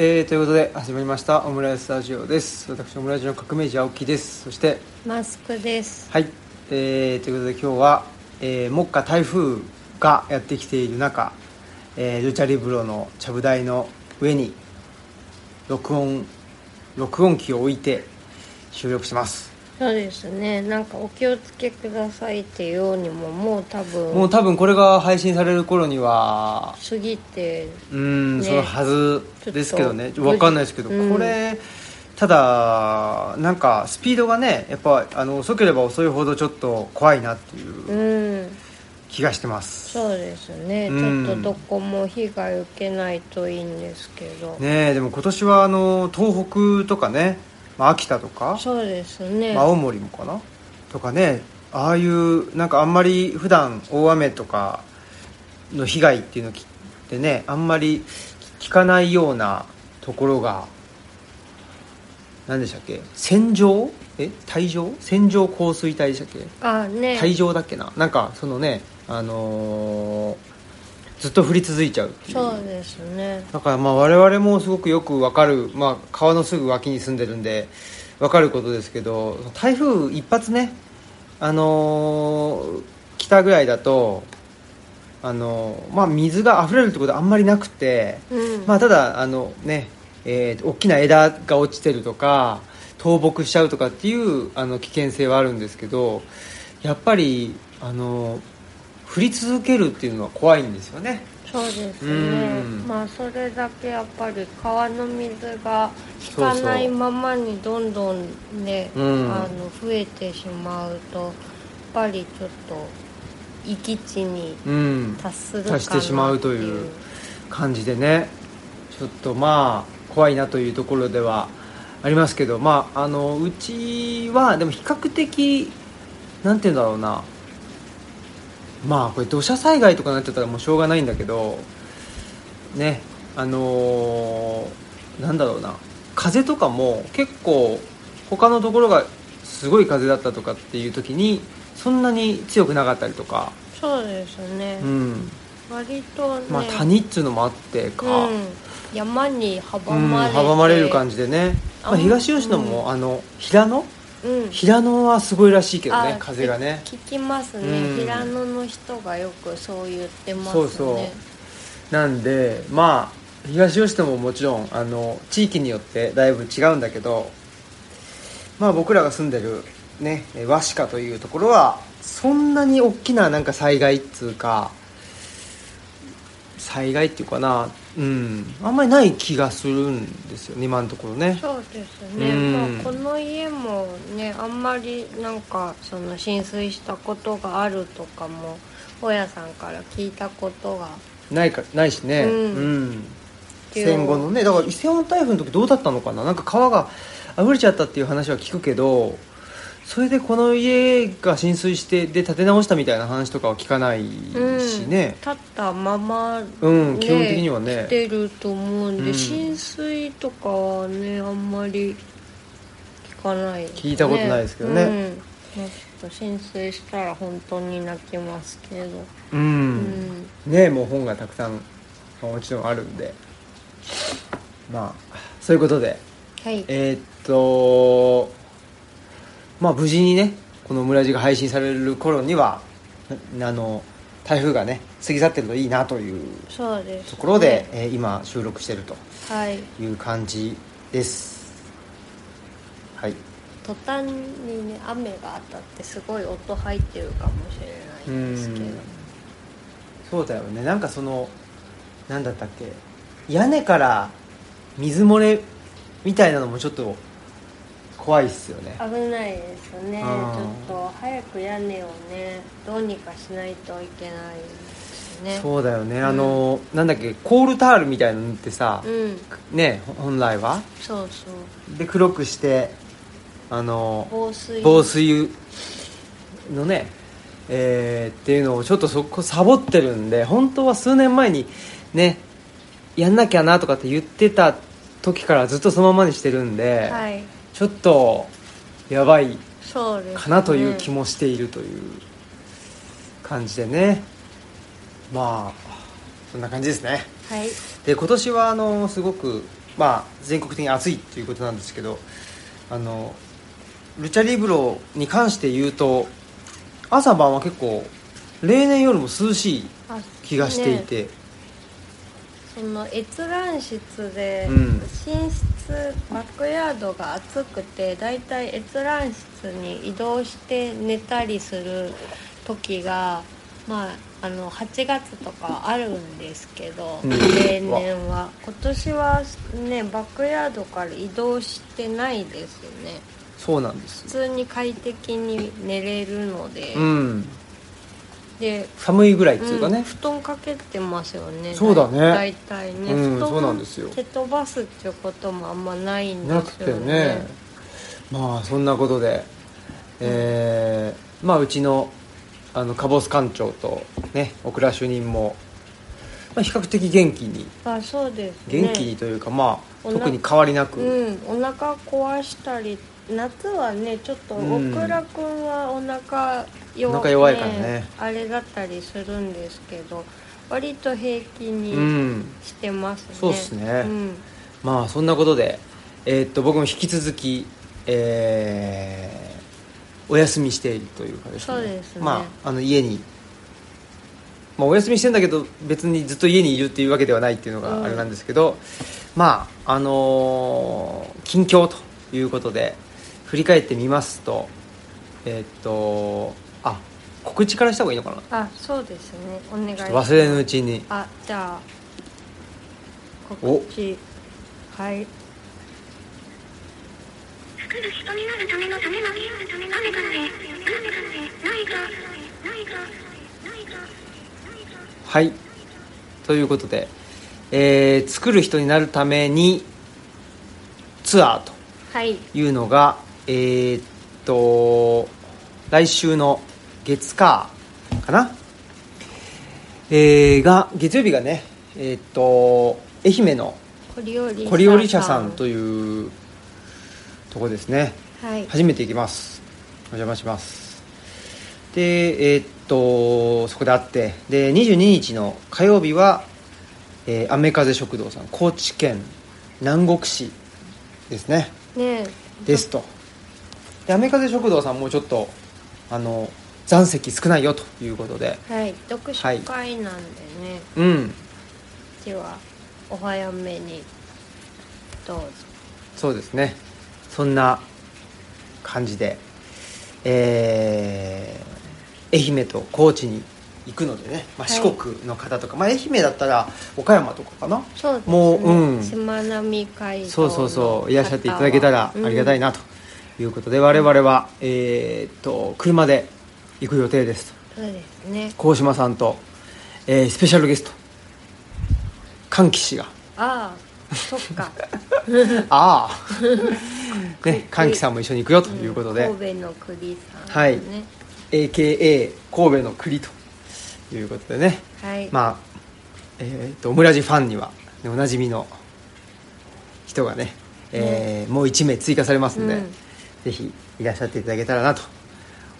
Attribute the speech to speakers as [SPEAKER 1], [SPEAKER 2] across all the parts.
[SPEAKER 1] えー、ということで始まりましたオムライスラジオです私オムライスの革命児青木ですそして
[SPEAKER 2] マスクです。
[SPEAKER 1] はい、えー、ということで今日は、えー、目下台風がやってきている中、えールチャリブロのちゃぶ台の上に録音録音機を置いて収録してます
[SPEAKER 2] そうですね。なんかお気をつけくださいっていうようにももう多
[SPEAKER 1] も
[SPEAKER 2] 分
[SPEAKER 1] う多分これが配信される頃には
[SPEAKER 2] 過ぎて
[SPEAKER 1] うん、
[SPEAKER 2] ね
[SPEAKER 1] そのはずですけどね
[SPEAKER 2] ちょっと
[SPEAKER 1] わかんないですけど、
[SPEAKER 2] うん
[SPEAKER 1] これただなんかスピードがねやっぱあの遅ければ遅いほどちょっと怖いなっていううん気がしてます、
[SPEAKER 2] そうですね。ち
[SPEAKER 1] うん
[SPEAKER 2] ょっとどこも被害受けないといいんですけど。
[SPEAKER 1] ねえでも今年はあの東北とかね、まあ、秋田とか、
[SPEAKER 2] そうですね
[SPEAKER 1] まあ。青森もかなとかねああいうなんかあんまり普段大雨とかの被害っていうのきってねあんまり聞かないようなところが何でしたっけ線状え帯状線状降水帯でしたっけ
[SPEAKER 2] あね。
[SPEAKER 1] 帯状だっけななんかそのねあのーずっと降り続いちゃうっていう
[SPEAKER 2] そうですね。
[SPEAKER 1] だからまあ我々もすごくよくわかる、まあ、川のすぐ脇に住んでるんでわかることですけど台風一発ね、あのー来たぐらいだと、あのーまあ、水が溢れるってことはあんまりなくて、
[SPEAKER 2] うん。
[SPEAKER 1] まあ、ただあの、ねえー大きな枝が落ちてるとか倒木しちゃうとかっていうあの危険性はあるんですけどやっぱり、あのー降り続けるっていうのは怖いんですよね。
[SPEAKER 2] そうです
[SPEAKER 1] う
[SPEAKER 2] ね
[SPEAKER 1] ん。
[SPEAKER 2] まあそれだけやっぱり川の水が引かないままにどんどんね、
[SPEAKER 1] うん
[SPEAKER 2] あの増えてしまうとやっぱりちょっと域地に
[SPEAKER 1] うん
[SPEAKER 2] 達するかな
[SPEAKER 1] 達してしまうという感じでねちょっとまあ怖いなというところではありますけどまああのうちはでも比較的なんて言うんだろうなまあこれ土砂災害とかになっちゃったらもうしょうがないんだけどねあのーなんだろうな風とかも結構他のところがすごい風だったとかっていう時にそんなに強くなかったりとか、
[SPEAKER 2] そうですね、
[SPEAKER 1] うん、
[SPEAKER 2] 割とね、
[SPEAKER 1] まあ、谷っつうのもあってか、
[SPEAKER 2] う
[SPEAKER 1] うん
[SPEAKER 2] ん、山に阻
[SPEAKER 1] 阻ま
[SPEAKER 2] まれて、
[SPEAKER 1] れる感じでね、ま
[SPEAKER 2] あ
[SPEAKER 1] あ、東吉野
[SPEAKER 2] う
[SPEAKER 1] もあの平野
[SPEAKER 2] じ、うん、
[SPEAKER 1] 平野はすごいらしいけどね
[SPEAKER 2] あ
[SPEAKER 1] 風がね
[SPEAKER 2] 聞きますね、
[SPEAKER 1] うん
[SPEAKER 2] 平野の人がよくそう言ってますね
[SPEAKER 1] そうそうなんでまあ東吉野ももちろんあの地域によってだいぶ違うんだけどまあ僕らが住んでるねえ和鹿というところはそんなに大きななんか災害っつうか災害っていうかなうんあんまりない気がするんですよね今のところね
[SPEAKER 2] そうですね、
[SPEAKER 1] うん
[SPEAKER 2] まあ、この家もねあんまりなんかその浸水したことがあるとかも大家さんから聞いたことが
[SPEAKER 1] ないかないしね、う
[SPEAKER 2] うんん
[SPEAKER 1] 戦後のねだから伊勢湾台風の時どうだったのかななんか川があふれちゃったっていう話は聞くけどそれでこの家が浸水してで建て直したみたいな話とかは聞かないしね、
[SPEAKER 2] 立ったまま、ね
[SPEAKER 1] うん基本的にはね
[SPEAKER 2] 来てると思うん
[SPEAKER 1] う
[SPEAKER 2] で、
[SPEAKER 1] ん
[SPEAKER 2] 浸水とかはねあんまり聞かないですね、
[SPEAKER 1] 聞いたことないですけどね
[SPEAKER 2] うんまあちょっと浸水したら本当に泣きますけど、
[SPEAKER 1] うん、
[SPEAKER 2] うん、
[SPEAKER 1] ねもう本がたくさんまあもちろんあるんでまあそういうことで
[SPEAKER 2] はい
[SPEAKER 1] えーっとまあ無事にねこの「村ラジが配信される頃にはなあの台風がね過ぎ去ってるといいなという
[SPEAKER 2] そうです、ね、
[SPEAKER 1] ところで、えー今収録してると
[SPEAKER 2] はい
[SPEAKER 1] いう感じですはい
[SPEAKER 2] 途端にね雨が当たってすごい音入ってるかもしれないですけど
[SPEAKER 1] うんそうだよねなんかそのなんだったっけ屋根から水漏れみたいなのもちょっと怖いっすよね
[SPEAKER 2] 危ないですねち
[SPEAKER 1] あー
[SPEAKER 2] ょっと早く屋根をねどうにかしないといけないですね
[SPEAKER 1] そうだよねあの、なんだっけコールタールみたいなのってさ、
[SPEAKER 2] うん
[SPEAKER 1] ねほ本来は
[SPEAKER 2] そうそう
[SPEAKER 1] で黒くしてあの
[SPEAKER 2] 防水
[SPEAKER 1] 防水のねえーっていうのをちょっとそこサボってるんで本当は数年前にねやんなきゃなとかって言ってた時からずっとそのままにしてるんで、
[SPEAKER 2] はい
[SPEAKER 1] ちょっとやばい
[SPEAKER 2] そうです、ね、
[SPEAKER 1] かなという気もしているという感じでねまあそんな感じですね
[SPEAKER 2] はい
[SPEAKER 1] で今年はあのすごくまあ、全国的に暑いということなんですけどあのルチャリブロに関して言うと朝晩は結構例年よりも涼しい
[SPEAKER 2] あ
[SPEAKER 1] 気がしてい
[SPEAKER 2] ね
[SPEAKER 1] て、
[SPEAKER 2] その閲覧室で、
[SPEAKER 1] うん
[SPEAKER 2] 寝室バックヤードが暑くてだいたい閲覧室に移動して寝たりする時がまああの8月とかあるんですけど、
[SPEAKER 1] うん
[SPEAKER 2] 例年は今年はねバックヤードから移動してないですね
[SPEAKER 1] そうなんで
[SPEAKER 2] 普
[SPEAKER 1] す、
[SPEAKER 2] 通に快適に寝れるので、
[SPEAKER 1] うん、
[SPEAKER 2] で
[SPEAKER 1] 寒いぐらいっていうかね、
[SPEAKER 2] ん布団かけてますよね
[SPEAKER 1] そうだね
[SPEAKER 2] 大体ね、
[SPEAKER 1] うん
[SPEAKER 2] 布団
[SPEAKER 1] そうなんですよ
[SPEAKER 2] 蹴飛ばすっていうこともあんまないんですよね
[SPEAKER 1] なくてねまあそんなことで、えーまあうちのあのカボス館長とね小倉主任も、まあ、比較的元気に
[SPEAKER 2] あそうですね
[SPEAKER 1] 元気にというか、まあ
[SPEAKER 2] おな
[SPEAKER 1] 特に変わりなく、
[SPEAKER 2] うんお腹壊したり夏はねちょっと
[SPEAKER 1] う
[SPEAKER 2] 小
[SPEAKER 1] ん
[SPEAKER 2] 倉くんはお腹弱,、
[SPEAKER 1] お腹弱いからね
[SPEAKER 2] あれだったりするんですけど割と平気
[SPEAKER 1] うん
[SPEAKER 2] にしてますね、
[SPEAKER 1] そうっすね
[SPEAKER 2] うん
[SPEAKER 1] まあそんなことで、えーっと僕も引き続き、えーお休みしているというかですね
[SPEAKER 2] そうですね
[SPEAKER 1] まああの家に、まあ、お休みしてんだけど別にずっと家にいるっていうわけではないっていうの
[SPEAKER 2] う
[SPEAKER 1] が
[SPEAKER 2] ん
[SPEAKER 1] あれなんですけど、まああのー近況ということで振り返ってみますとえーっとあ告知からした方がいいのかな
[SPEAKER 2] あそうですねお願いし
[SPEAKER 1] ちょっ
[SPEAKER 2] ま
[SPEAKER 1] と
[SPEAKER 2] す
[SPEAKER 1] 忘れぬうちに
[SPEAKER 2] あじゃあ
[SPEAKER 1] お
[SPEAKER 2] 告知はい
[SPEAKER 3] 作る人になるための種まき種からで種からでないかないかないかないか
[SPEAKER 1] はいということで、えー作る人になるためにツアーと
[SPEAKER 2] はい
[SPEAKER 1] いうのがえーっと来週の月火かな、えーが月曜日がねえーっと愛媛の
[SPEAKER 2] コリオリ
[SPEAKER 1] コリオリ社さんというとこですね
[SPEAKER 2] はい
[SPEAKER 1] 初めて行きますお邪魔しますでえーっとそこで会ってで22日の火曜日は、えー、雨風食堂さん高知県南国市ですね
[SPEAKER 2] ね
[SPEAKER 1] ですとで雨風食堂さんもちょっとあの残席少ないよということで
[SPEAKER 2] はい読書会なんでね、う
[SPEAKER 1] うん
[SPEAKER 2] ちはお早めにどうぞ
[SPEAKER 1] そうですねそんな感じでえー愛媛と高知に行くのでね、まあ、
[SPEAKER 2] は
[SPEAKER 1] 四
[SPEAKER 2] い
[SPEAKER 1] 国の方とか、まあ、愛媛だったら岡山とかかな
[SPEAKER 2] そうですね
[SPEAKER 1] もううん
[SPEAKER 2] しまなみ会
[SPEAKER 1] そうそうそういらっしゃっていただけたらありがたい
[SPEAKER 2] な、
[SPEAKER 1] なということで、我々は、えーっと車で行く予定ですと
[SPEAKER 2] うんそうですね
[SPEAKER 1] 鴻島さんと、えースペシャルゲス ト歓喜氏が
[SPEAKER 2] ああそっか
[SPEAKER 1] ああね歓喜さんも一緒に行く よということで、
[SPEAKER 2] 神戸の栗さん、ね、
[SPEAKER 1] はい AKA 神戸の栗ということでね、
[SPEAKER 2] はい、
[SPEAKER 1] まあえー、とオムラジファンにはねおなじみの人がね、えーもう1名追加されますんで、
[SPEAKER 2] うん
[SPEAKER 1] ぜひいらっしゃっていただけたらなと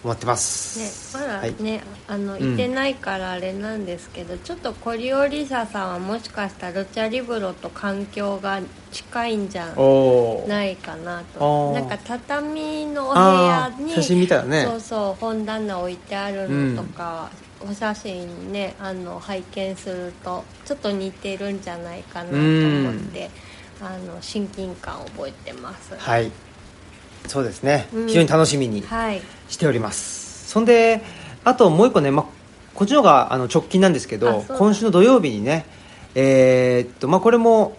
[SPEAKER 1] 思ってま
[SPEAKER 2] ね、
[SPEAKER 1] す、
[SPEAKER 2] まだ
[SPEAKER 1] はい、
[SPEAKER 2] ね、あの
[SPEAKER 1] ん
[SPEAKER 2] いてないからあれなんですけど、ちょっとコリオリサさんはもしかしたらルチャリブロと環境が近いんじゃ
[SPEAKER 1] おおー
[SPEAKER 2] ないかな
[SPEAKER 1] おー
[SPEAKER 2] となんか畳のお部
[SPEAKER 1] あ
[SPEAKER 2] 屋
[SPEAKER 1] ー
[SPEAKER 2] に
[SPEAKER 1] 写真見たらね
[SPEAKER 2] そうそう本棚置いてあるのとか、お写真ねあの拝見するとちょっと似てるんじゃないかなと思って、あの親近感を覚えてます。
[SPEAKER 1] はいそうですね、
[SPEAKER 2] うん
[SPEAKER 1] 非常に楽しみに
[SPEAKER 2] はい、
[SPEAKER 1] しておりますそんであともう一個ね、まあ、こっちの方があの直近なんですけ
[SPEAKER 2] あ
[SPEAKER 1] ど
[SPEAKER 2] そうだ
[SPEAKER 1] 今週の土曜日にねえーっとまあこれも、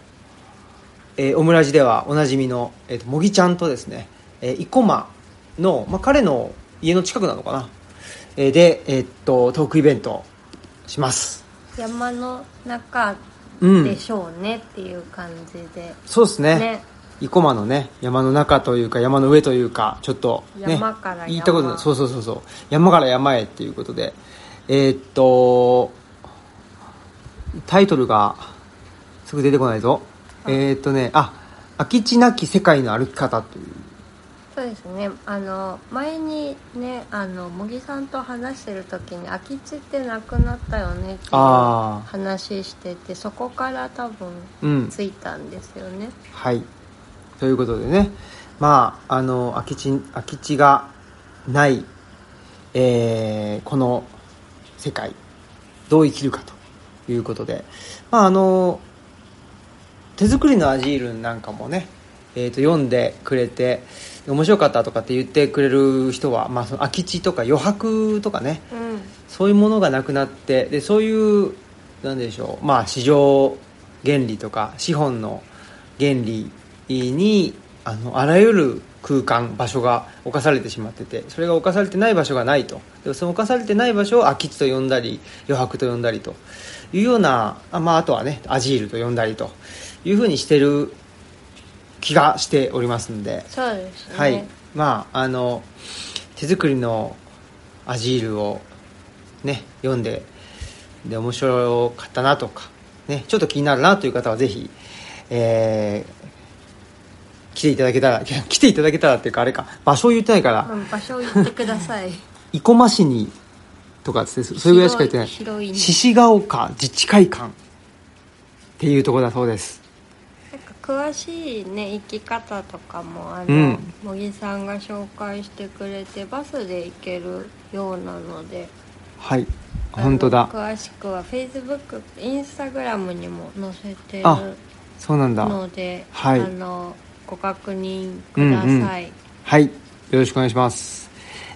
[SPEAKER 1] えーオムラジではおなじみの、えーっともぎちゃんとですね、えー、生駒の、まあ、彼の家の近くなのかな、えーで、えーっとトークイベントします
[SPEAKER 2] 山の中
[SPEAKER 1] うん
[SPEAKER 2] でしょうねっていう感じで、
[SPEAKER 1] そうですね
[SPEAKER 2] ね
[SPEAKER 1] 生駒のね山の中というか山の上というかちょっと、ね、
[SPEAKER 2] 山から山
[SPEAKER 1] 言ったことないそうそうそうそう山から山へっていうことでえーっとタイトルがすぐ出てこないぞえーっとねあ「空き地なき世界の歩き方」という
[SPEAKER 2] そうですねあの前にねあの茂木さんと話してる時に空き地ってなくなったよねっていう
[SPEAKER 1] ああ
[SPEAKER 2] 話しててそこから多分
[SPEAKER 1] うん
[SPEAKER 2] ついたんですよね
[SPEAKER 1] はいということでねまああの空き地空き地がない、えーこの世界どう生きるかということでまああの手作りのアジールなんかもね、えー、と読んでくれて面白かったとかって言ってくれる人は、まあ、その空き地とか余白とかね
[SPEAKER 2] うん
[SPEAKER 1] そういうものがなくなってでそういうなんでしょう、まあ、市場原理とか資本の原理にあのあらゆる空間場所が侵されてしまっててそれが侵されてない場所がないとでその侵されてない場所を空き地と呼んだり余白と呼んだりというようなあ,、まあ、あとはねアジールと呼んだりというふうにしてる気がしておりますので。
[SPEAKER 2] そうですね、
[SPEAKER 1] はい、まああの手作りのアジールをね読んでで面白かったなとかねちょっと気になるなという方はぜひ、えー来ていただけたら 来ていただけたらっていうかあれか場所を言ってないから
[SPEAKER 2] うん場所を言ってください
[SPEAKER 1] 生駒市にとか ですねそれぐらいしか言ってない
[SPEAKER 2] 広い広いね
[SPEAKER 1] 獅子ヶ丘自治会館っていうところだそうです
[SPEAKER 2] なんか詳しいね行き方とかもあの、
[SPEAKER 1] うん
[SPEAKER 2] 茂木さんが紹介してくれてバスで行けるようなので
[SPEAKER 1] はい本当だ
[SPEAKER 2] あの詳しくは Facebook インスタグラムにも載せてる
[SPEAKER 1] あそうなんだ
[SPEAKER 2] ので
[SPEAKER 1] はい
[SPEAKER 2] あのご確認ください、
[SPEAKER 1] はい、よろしくお願いします。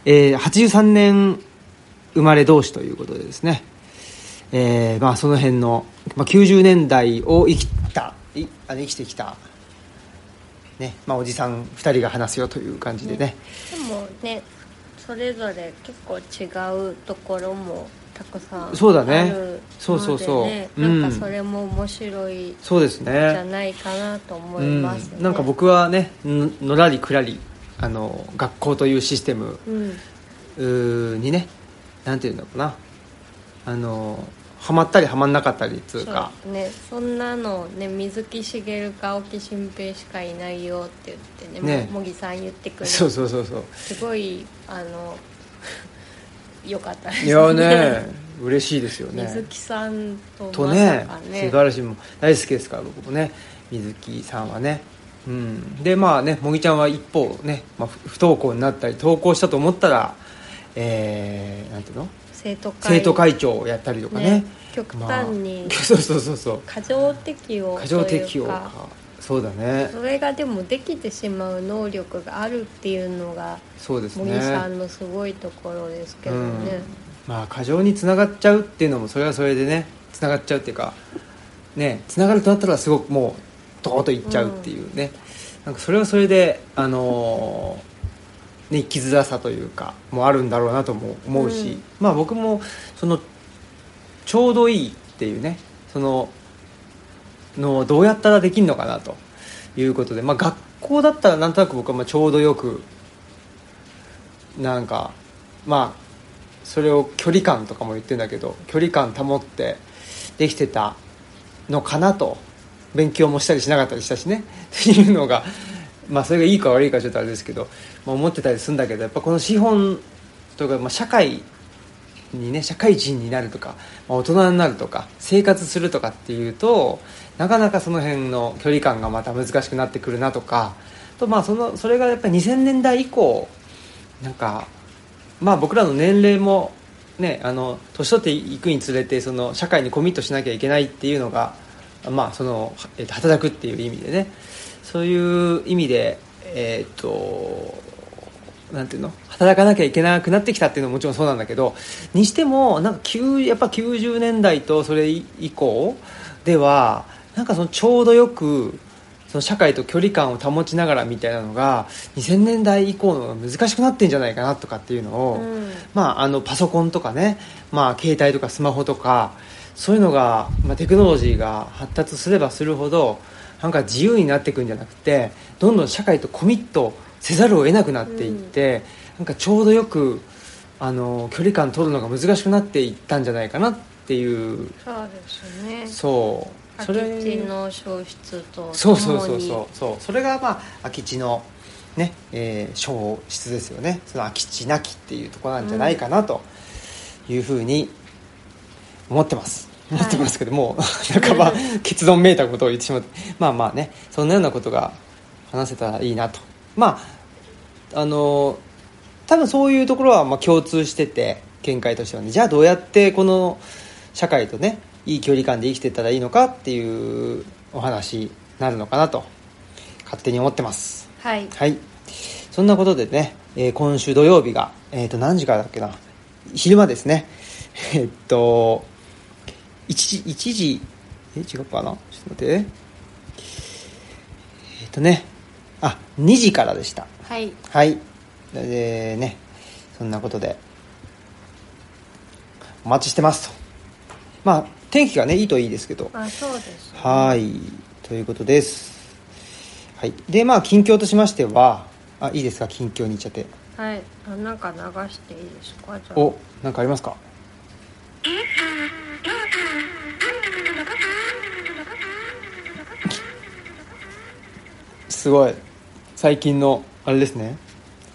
[SPEAKER 1] えー、83年生まれ同士ということでですね、えーまあ、その辺の、まあ、90年代を生きた、いあの生きてきた、ねまあ、おじさん2人が話すよという感じでね、
[SPEAKER 2] でもねそれぞれ結構違うところもたくさんあるので、ね、
[SPEAKER 1] そうだねそうそうそううん
[SPEAKER 2] なんかそれも面白いん
[SPEAKER 1] そうです
[SPEAKER 2] じゃ
[SPEAKER 1] ね。
[SPEAKER 2] ないかなと思
[SPEAKER 1] う
[SPEAKER 2] い
[SPEAKER 1] ん、
[SPEAKER 2] ます、ね
[SPEAKER 1] なんか僕はねののらりくらりあの学校というシステム
[SPEAKER 2] うん
[SPEAKER 1] うーにねなんていうのかなあのハマったりハマんなかったりつうか
[SPEAKER 2] そうねそんなのね水木しげるか青木新平しかいないよって言ってね
[SPEAKER 1] ね
[SPEAKER 2] も茂木さん言ってくれ
[SPEAKER 1] そう
[SPEAKER 2] て
[SPEAKER 1] そうそうそう
[SPEAKER 2] すごいあの よかったです
[SPEAKER 1] いやね嬉しいですよね
[SPEAKER 2] 水木さんと
[SPEAKER 1] と
[SPEAKER 2] ま
[SPEAKER 1] ね
[SPEAKER 2] さか
[SPEAKER 1] 素
[SPEAKER 2] ね
[SPEAKER 1] 晴らしいも大好きですから僕もね水木さんはねうんでまあねもぎちゃんは一方ね、まあ、不不登校になったり登校したと思ったらえー、なんていうの
[SPEAKER 2] 生徒会
[SPEAKER 1] 生徒会長をやったりとかね
[SPEAKER 2] ね極端に
[SPEAKER 1] まあ そうそうそうそう
[SPEAKER 2] 過剰適応
[SPEAKER 1] 過剰適応
[SPEAKER 2] という
[SPEAKER 1] か
[SPEAKER 2] か
[SPEAKER 1] そうだね
[SPEAKER 2] それがでもできてしまう能力があるっていうのが
[SPEAKER 1] そうです
[SPEAKER 2] 茂
[SPEAKER 1] ね
[SPEAKER 2] 木さんのすごいところですけどね、
[SPEAKER 1] まあ過剰につながっちゃうっていうのもそれはそれでねつながっちゃうっていうかねつながるとなったらすごくもうドーッといっちゃうっていうね、なんかそれはそれであのーね生きづらさというかもあるんだろうなとも思うし、
[SPEAKER 2] うん
[SPEAKER 1] まあ僕もそのちょうどいいっていうねそののをどうやったらできるのかなということで、まあ、学校だったらなんとなく僕はまあちょうどよくなんかまあそれを距離感とかも言ってるんだけど距離感保ってできてたのかなと勉強もしたりしなかったりしたしね っていうのがまあそれがいいか悪いかちょっとあれですけど、まあ、思ってたりするんだけどやっぱこの資本とか、まあ、社会にね社会人になるとか、まあ、大人になるとか生活するとかっていうとなかなかその辺の距離感がまた難しくなってくるなとかとまあそのそれがやっぱり2000年代以降なんかまあ僕らの年齢もねあの年取っていくにつれてその社会にコミットしなきゃいけないっていうのがまあその、えっと働くっていう意味でねそういう意味でえっとなんていうの働かなきゃいけなくなってきたっていうのももちろんそうなんだけどにしてもなんか急やっぱ90年代とそれ以降ではなんかそのちょうどよくその社会と距離感を保ちながらみたいなのが2000年代以降の方が難しくなってんじゃないかなとかっていうのを、
[SPEAKER 2] うん
[SPEAKER 1] まあ、あのパソコンとかね、まあ、携帯とかスマホとかそういうのが、まあ、テクノロジーが発達すればするほどなんか自由になっていくんじゃなくてどんどん社会とコミットせざるを得なくなっていって、なんかちょうどよくあの距離感取るのが難しくなっていったんじゃないかなっていう
[SPEAKER 2] そうですね
[SPEAKER 1] そうそ
[SPEAKER 2] 空
[SPEAKER 1] れ
[SPEAKER 2] き地の消失と
[SPEAKER 1] そうそうそう
[SPEAKER 2] ともに
[SPEAKER 1] そうそうそれがまあ空き地のねえー消失ですよねその空き地なきっていうところなんじゃないかなというふうに思ってます、
[SPEAKER 2] はい
[SPEAKER 1] 思ってますけども う半ば結論めいたことを言ってしまってまあまあねそんなようなことが話せたらいいなとまああの多分そういうところはまあ共通してて見解としてはねじゃあどうやってこの社会とねいい距離感で生きてったらいいのかっていうお話になるのかなと勝手に思ってます
[SPEAKER 2] はい
[SPEAKER 1] はいそんなことでね、えー今週土曜日が、えー、と何時からだっけな昼間ですね えーっと1時 ,1 時え違うかなちょっと待ってえーっとねあ2時からでした
[SPEAKER 2] はい
[SPEAKER 1] はい。でね、そんなことで、お待ちしてますと。まあ、天気がね、いいといいですけど。
[SPEAKER 2] あそうですね
[SPEAKER 1] はい。ということです。はい。で、まあ、近況としましては、あ、いいですか、近況に行っちゃって。
[SPEAKER 2] はいあなんか流していいですかじゃあ
[SPEAKER 1] お、なんかありますか
[SPEAKER 3] えーさー、ようさー、あんた方どこさー、あんた方どこさー、あんた方どこさー、あんた方どこさ
[SPEAKER 1] すごい。最近の、あれですね。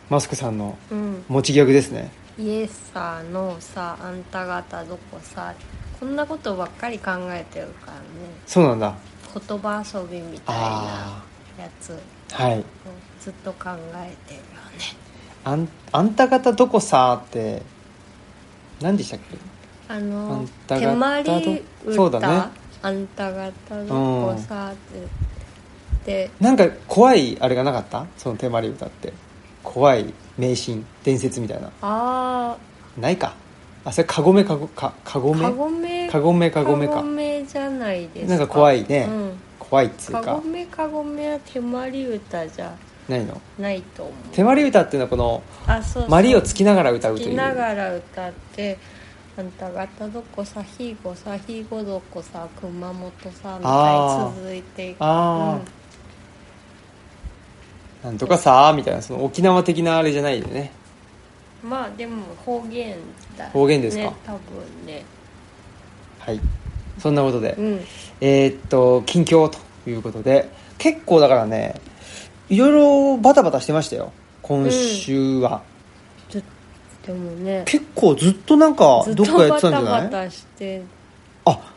[SPEAKER 1] マスクさんの
[SPEAKER 2] うん
[SPEAKER 1] 持ちギャグですね。
[SPEAKER 2] イエスさーノーさーあんた方どこさこんなことばっかり考えてるからね
[SPEAKER 1] そうなんだ。
[SPEAKER 2] 言葉遊びみたいな
[SPEAKER 1] あ
[SPEAKER 2] やつを
[SPEAKER 1] あ。はい。
[SPEAKER 2] ずっと考えてるよね
[SPEAKER 1] あん、あんた方どこさーって、何でしたっけ
[SPEAKER 2] あ
[SPEAKER 1] あ
[SPEAKER 2] の
[SPEAKER 1] んた方
[SPEAKER 2] 手まり歌
[SPEAKER 1] そうだね
[SPEAKER 2] あんた方どこさって、で
[SPEAKER 1] なんか怖いあれがなかったその手まり歌って怖い迷信伝説みたいな
[SPEAKER 2] あ
[SPEAKER 1] ないかあそれカゴメカゴかカゴ
[SPEAKER 2] あ
[SPEAKER 1] メ
[SPEAKER 2] カゴメ
[SPEAKER 1] カゴメカゴメ
[SPEAKER 2] カ
[SPEAKER 1] か
[SPEAKER 2] ゴメじゃないですか
[SPEAKER 1] なんか怖いね、
[SPEAKER 2] うん
[SPEAKER 1] 怖いっつう
[SPEAKER 2] カゴ
[SPEAKER 1] か
[SPEAKER 2] メカゴメは手まり歌じゃ
[SPEAKER 1] ないの
[SPEAKER 2] ないと思う
[SPEAKER 1] 手まり歌っていうのはこの
[SPEAKER 2] あそうそう
[SPEAKER 1] まりをつきながら歌う
[SPEAKER 2] 聞
[SPEAKER 1] と
[SPEAKER 2] き
[SPEAKER 1] いう
[SPEAKER 2] ながら歌って「あんた方どこさひごさひごどこさ熊本さ」みたいに続いていく
[SPEAKER 1] あーなんとかさーみたいなその沖縄的なあれじゃないよね
[SPEAKER 2] うん、まあでも方言だ、ね、
[SPEAKER 1] 方言ですか
[SPEAKER 2] 多分ね
[SPEAKER 1] はいそんなことで、
[SPEAKER 2] うん
[SPEAKER 1] えーっと近況ということで結構だからねいろいろバタバタしてましたよ今週は、
[SPEAKER 2] ずでもね
[SPEAKER 1] 結構ずっとなんか
[SPEAKER 2] ずっ
[SPEAKER 1] どっか
[SPEAKER 2] と
[SPEAKER 1] やっ
[SPEAKER 2] バ
[SPEAKER 1] てたんじ
[SPEAKER 2] タ
[SPEAKER 1] ゃない
[SPEAKER 2] バタして
[SPEAKER 1] あ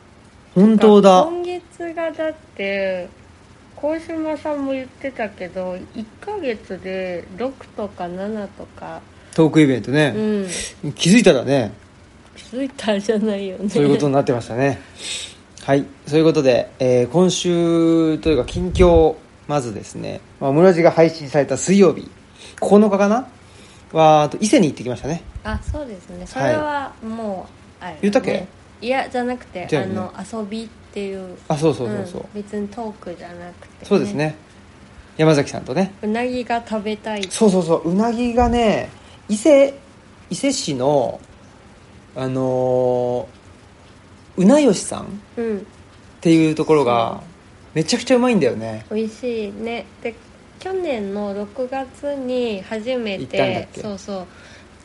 [SPEAKER 1] 本当だ
[SPEAKER 2] 今月がだって鴻島さんも言ってたけど1ヶ月で6とか7とか、
[SPEAKER 1] トークイベント
[SPEAKER 2] う
[SPEAKER 1] ね、
[SPEAKER 2] ん、
[SPEAKER 1] 気づいたらね
[SPEAKER 2] 気づいたじゃないよね
[SPEAKER 1] そういうことになってましたねはいそういうことで、えー今週というか近況まずですね、まあ、村地が配信された水曜日9日かなはあと伊勢に行ってきましたね
[SPEAKER 2] あそうですねそれはもう、あれだね
[SPEAKER 1] 言ったっけ
[SPEAKER 2] いやじゃなくて、
[SPEAKER 1] だよ
[SPEAKER 2] あ
[SPEAKER 1] ね
[SPEAKER 2] の遊びっていう
[SPEAKER 1] あそうそうそうそう、
[SPEAKER 2] ん別にトークじゃなくて、
[SPEAKER 1] そうですね山崎さんとね
[SPEAKER 2] うなぎが食べたい
[SPEAKER 1] そうそうそううなぎがね伊勢伊勢市のあのーうなよしさん
[SPEAKER 2] うん
[SPEAKER 1] っていうところがめちゃくちゃうまいんだよね
[SPEAKER 2] 美味しいねで去年の6月に初め
[SPEAKER 1] 行ったんだってけ
[SPEAKER 2] そうそ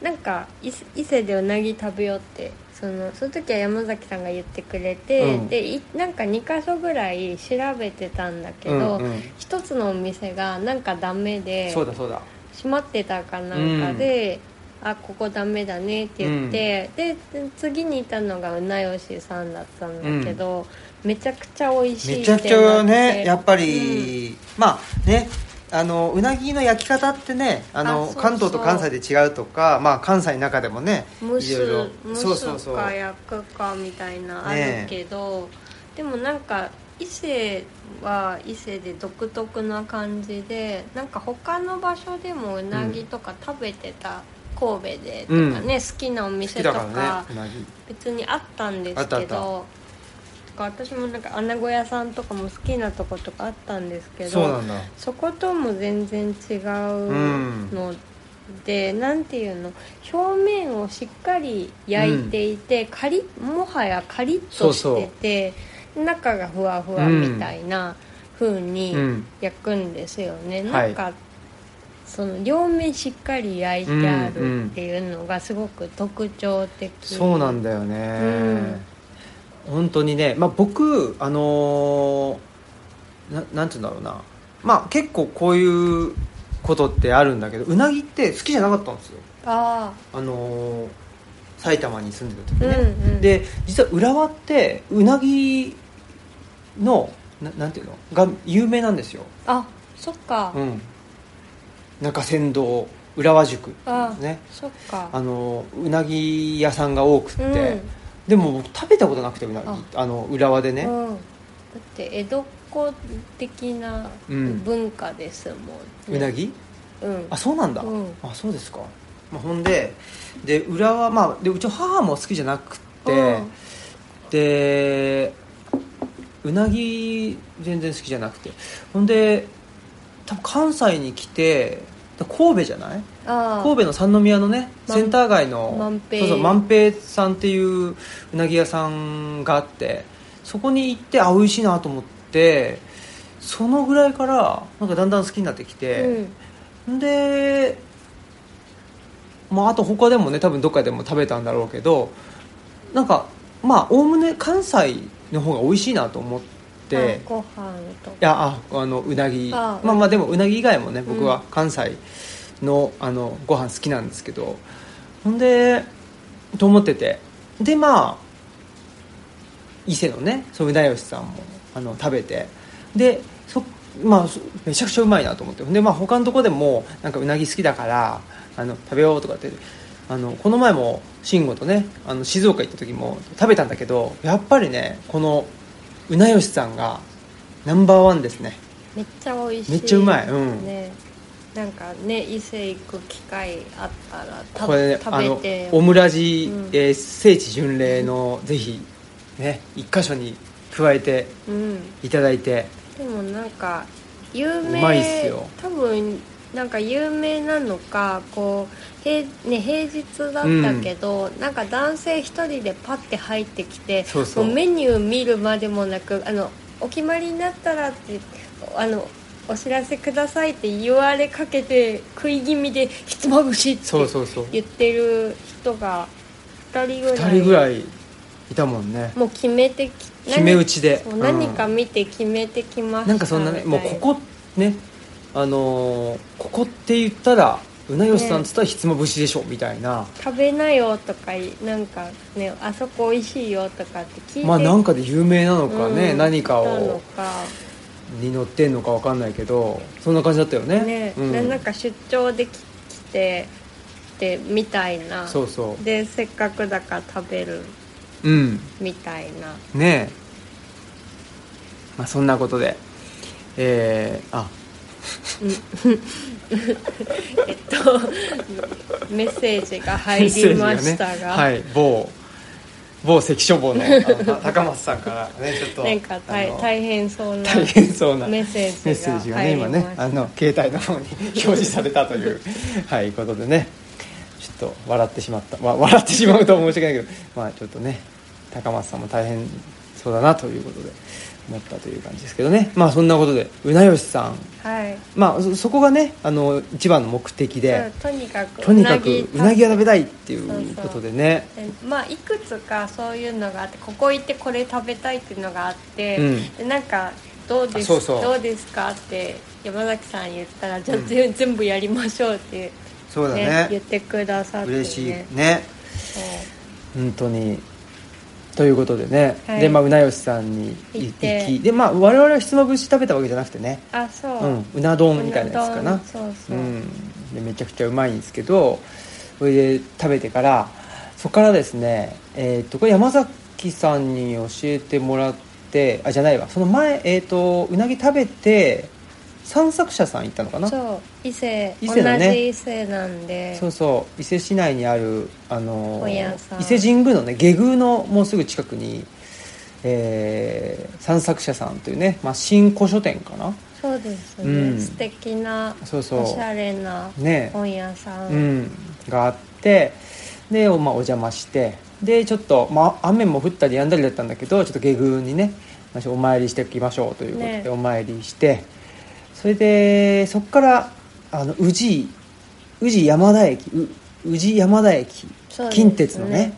[SPEAKER 2] うなんか伊勢伊勢でうなぎ食べようってそのその時は山崎さんが言ってくれて、
[SPEAKER 1] うん
[SPEAKER 2] でいなんか2か所ぐらい調べてたんだけど、
[SPEAKER 1] うんうん
[SPEAKER 2] 一つのお店がなんかダメで
[SPEAKER 1] そうだそうだ
[SPEAKER 2] 閉まってたかなんかで、あここダメだねって言って、で次にいたのがうなよしさんだったんだけど、めちゃくちゃ美味しい
[SPEAKER 1] めち
[SPEAKER 2] ってな
[SPEAKER 1] ゃ
[SPEAKER 2] っ
[SPEAKER 1] く
[SPEAKER 2] て
[SPEAKER 1] ちゃねやっぱり、まあねあのうなぎの焼き方ってねあの
[SPEAKER 2] あそうそう
[SPEAKER 1] 関東と関西で違うとか、まあ、関西の中でもね
[SPEAKER 2] 蒸
[SPEAKER 1] いろい
[SPEAKER 2] す
[SPEAKER 1] ろ
[SPEAKER 2] 蒸
[SPEAKER 1] そうそう
[SPEAKER 2] す
[SPEAKER 1] そう
[SPEAKER 2] か焼くかみたいなあ
[SPEAKER 1] ねえ
[SPEAKER 2] るけど、でもなんか伊勢は伊勢で独特な感じでなんか他の場所でもうなぎとか食べてた、神戸でとかね、好きなお
[SPEAKER 1] 好
[SPEAKER 2] 店
[SPEAKER 1] き
[SPEAKER 2] と
[SPEAKER 1] だ
[SPEAKER 2] か
[SPEAKER 1] からねうなぎ
[SPEAKER 2] 別にあったんで
[SPEAKER 1] あ
[SPEAKER 2] す
[SPEAKER 1] ったあ
[SPEAKER 2] け
[SPEAKER 1] った
[SPEAKER 2] どとか私もなんか穴子屋さんとかも好きなとことかあったんですけど
[SPEAKER 1] そうなんだ
[SPEAKER 2] そことも全然違うので、なんていうの表面をしっかり焼いていて、カリッもはやカリッとしてて中がふわふわみたいな風に
[SPEAKER 1] うん
[SPEAKER 2] 焼くんですよね、
[SPEAKER 1] ん
[SPEAKER 2] なんか、その両面しっかり焼いてあるっていうのがすごく特徴的、
[SPEAKER 1] そうなんだよね、本当にね、まあ、僕あのーななんて言うんだろうなまあ結構こういうことってあるんだけどうなぎって好きじゃなかったんですよ
[SPEAKER 2] あ
[SPEAKER 1] あのー埼玉に住んでた時
[SPEAKER 2] あ、
[SPEAKER 1] ね、
[SPEAKER 2] うんうん、
[SPEAKER 1] で実は浦和ってうなぎのななんていうのが有名なんですよ、
[SPEAKER 2] あそっか、
[SPEAKER 1] うん、中山道浦和塾
[SPEAKER 2] ああ
[SPEAKER 1] ね
[SPEAKER 2] そっか
[SPEAKER 1] あのうなぎ屋さんが多くって、
[SPEAKER 2] うん
[SPEAKER 1] でも僕食べたことなくてうなぎ
[SPEAKER 2] あ
[SPEAKER 1] あの浦和でね、
[SPEAKER 2] うん、だって江戸っ子的な
[SPEAKER 1] うん
[SPEAKER 2] 文化ですもんね、
[SPEAKER 1] うなぎ
[SPEAKER 2] うん
[SPEAKER 1] あそうなんだ、
[SPEAKER 2] うん
[SPEAKER 1] あそうですか、まあ、ほんでで浦和まあでうちの母も好きじゃなくって、
[SPEAKER 2] うん
[SPEAKER 1] でうなぎ全然好きじゃなくてほんで多分関西に来て神戸じゃない
[SPEAKER 2] ああ
[SPEAKER 1] 神戸の三宮のね
[SPEAKER 2] まん
[SPEAKER 1] センター街の
[SPEAKER 2] 万平
[SPEAKER 1] そうそう万平さんっていううなぎ屋さんがあってそこに行ってあ美味しいなと思ってそのぐらいからなんかだんだん好きになってき
[SPEAKER 2] う
[SPEAKER 1] て、
[SPEAKER 2] ん
[SPEAKER 1] で、まあ、あと他でもね多分どっかでも食べたんだろうけどなんかまあおおむね関西の方が美味しいなと思って。
[SPEAKER 2] あご飯と
[SPEAKER 1] いやああのうなぎ
[SPEAKER 2] あ
[SPEAKER 1] まあまあでもうなぎ以外もね
[SPEAKER 2] ん
[SPEAKER 1] 僕は関西の,、あのご飯好きなんですけどほんでと思っててでまあ伊勢のねそううなよしさんもあの食べてでそまあそめちゃくちゃうまいなと思ってほんでまあ他のとこでもなんかうなぎ好きだからあの食べようとかってあのこの前も慎吾とねあの静岡行った時も食べたんだけどやっぱりねこのうなよしさんがナンバーワンですね
[SPEAKER 2] めっちゃ美味しい
[SPEAKER 1] めっちゃうまいうん
[SPEAKER 2] ねなんかね伊勢行く機会あったらた
[SPEAKER 1] これね
[SPEAKER 2] 食
[SPEAKER 1] あ
[SPEAKER 2] べ
[SPEAKER 1] の
[SPEAKER 2] て
[SPEAKER 1] オムラジ、
[SPEAKER 2] うん
[SPEAKER 1] えー聖地巡礼のぜひね一箇所に加えて
[SPEAKER 2] うん
[SPEAKER 1] いただいて
[SPEAKER 2] でもなんか有
[SPEAKER 1] うまいっ
[SPEAKER 2] 名
[SPEAKER 1] すよ
[SPEAKER 2] 多分なんか有名なのかこう平,へい、ね、平日だったけど、なんか男性一人でパッて入ってきて
[SPEAKER 1] そうそう
[SPEAKER 2] もメニュー見るまでもなくあのお決まりになったらってあのお知らせくださいって言われかけて食い気味でひつまぶしって
[SPEAKER 1] そうそうそう
[SPEAKER 2] 言ってる人が2人ぐら
[SPEAKER 1] 2
[SPEAKER 2] い
[SPEAKER 1] 人ぐらいいたもんね
[SPEAKER 2] もう決めてき
[SPEAKER 1] 決め打ちで
[SPEAKER 2] そう
[SPEAKER 1] うん
[SPEAKER 2] 何か見て決めてきました
[SPEAKER 1] なんかそんなね
[SPEAKER 2] み
[SPEAKER 1] も
[SPEAKER 2] た
[SPEAKER 1] う
[SPEAKER 2] いな
[SPEAKER 1] ここねあのーここって言ったらうなよしさんっつったらひつまぶしでしょみたいな、
[SPEAKER 2] 食べなよとかなんかねあそこ美味しいよとかって聞いて
[SPEAKER 1] まあなんかで有名なのかね、
[SPEAKER 2] うん
[SPEAKER 1] 何か
[SPEAKER 2] なの
[SPEAKER 1] を
[SPEAKER 2] か
[SPEAKER 1] に乗ってんのかわかんないけどそんな感じだったよね
[SPEAKER 2] ね、
[SPEAKER 1] うん
[SPEAKER 2] ななんか出張でき来てってみたいな
[SPEAKER 1] そうそ
[SPEAKER 2] でせっかくだから食べる
[SPEAKER 1] ううん
[SPEAKER 2] みたいな
[SPEAKER 1] ねえ、まあ、そんなことでえー、あ
[SPEAKER 2] えっとメッセージが入りまし
[SPEAKER 1] メッセ
[SPEAKER 2] たが
[SPEAKER 1] ージねはい、某某関所房のあのた 高松さんからねちょっと
[SPEAKER 2] なんか大
[SPEAKER 1] あの
[SPEAKER 2] 大変そうな
[SPEAKER 1] 大変そうな
[SPEAKER 2] メッセージが
[SPEAKER 1] メッセージがね今
[SPEAKER 2] 入り
[SPEAKER 1] ね
[SPEAKER 2] ました
[SPEAKER 1] あの携帯の方に 表示されたと いう、はい、ことでねちょっと笑ってしまった、まあ、笑ってしまうと申し訳ないけど、まあ、ちょっとね高松さんも大変そうだなということで思ったという感じですけどねまあそんなことでうなよしさん
[SPEAKER 2] はい
[SPEAKER 1] まあそそこがねあの一番の目的で
[SPEAKER 2] そうとにかく
[SPEAKER 1] とにかくうなぎが食べ
[SPEAKER 2] い
[SPEAKER 1] たいっていうことでね
[SPEAKER 2] でまあいくつかそういうのがあってここ行ってこれ食べたいっていうのがあって、
[SPEAKER 1] うん
[SPEAKER 2] でなんかどうです
[SPEAKER 1] あそうそう
[SPEAKER 2] どうですかって山崎さん言ったらじゃあ、全 全部やりましょうって、
[SPEAKER 1] そうだ
[SPEAKER 2] 言
[SPEAKER 1] ね
[SPEAKER 2] ってくださって、ね、
[SPEAKER 1] 嬉しいね
[SPEAKER 2] そう
[SPEAKER 1] 本当にということでね、
[SPEAKER 2] はい
[SPEAKER 1] でまあうなよしさんにい
[SPEAKER 2] 行って
[SPEAKER 1] 行きでまあ我々はひつまぶし食べたわけじゃなくてね
[SPEAKER 2] あそう、
[SPEAKER 1] うんうな丼みたいなやつか
[SPEAKER 2] う
[SPEAKER 1] な
[SPEAKER 2] どんそうそう、
[SPEAKER 1] ん、でめちゃくちゃうまいんですけどそれで食べてからそこからですね、えー、とこれ山崎さんに教えてもらってあじゃないわその前、えー、とうなぎ食べて散策者さん行ったのかなそう
[SPEAKER 2] そう伊勢
[SPEAKER 1] 伊勢だね
[SPEAKER 2] 同じ伊勢なんで
[SPEAKER 1] そう伊勢市内にある、あの
[SPEAKER 2] 本屋さん
[SPEAKER 1] 伊勢神宮のね下宮のもうすぐ近くに、えー散策者さんというね、まあ、新古書店かな
[SPEAKER 2] そうですね、
[SPEAKER 1] うん
[SPEAKER 2] 素敵な
[SPEAKER 1] そうそう
[SPEAKER 2] おしゃれな
[SPEAKER 1] ね
[SPEAKER 2] 本屋さん、
[SPEAKER 1] うん、があってで、おまあ、お邪魔してでちょっと、まあ、雨も降ったりやんだりだったんだけどちょっと下宮にねまあお参りしていきましょうということで、
[SPEAKER 2] ね
[SPEAKER 1] お参りしてそれでそこからあの宇治宇治山田駅う宇治山田駅、
[SPEAKER 2] そうですね
[SPEAKER 1] 近鉄のね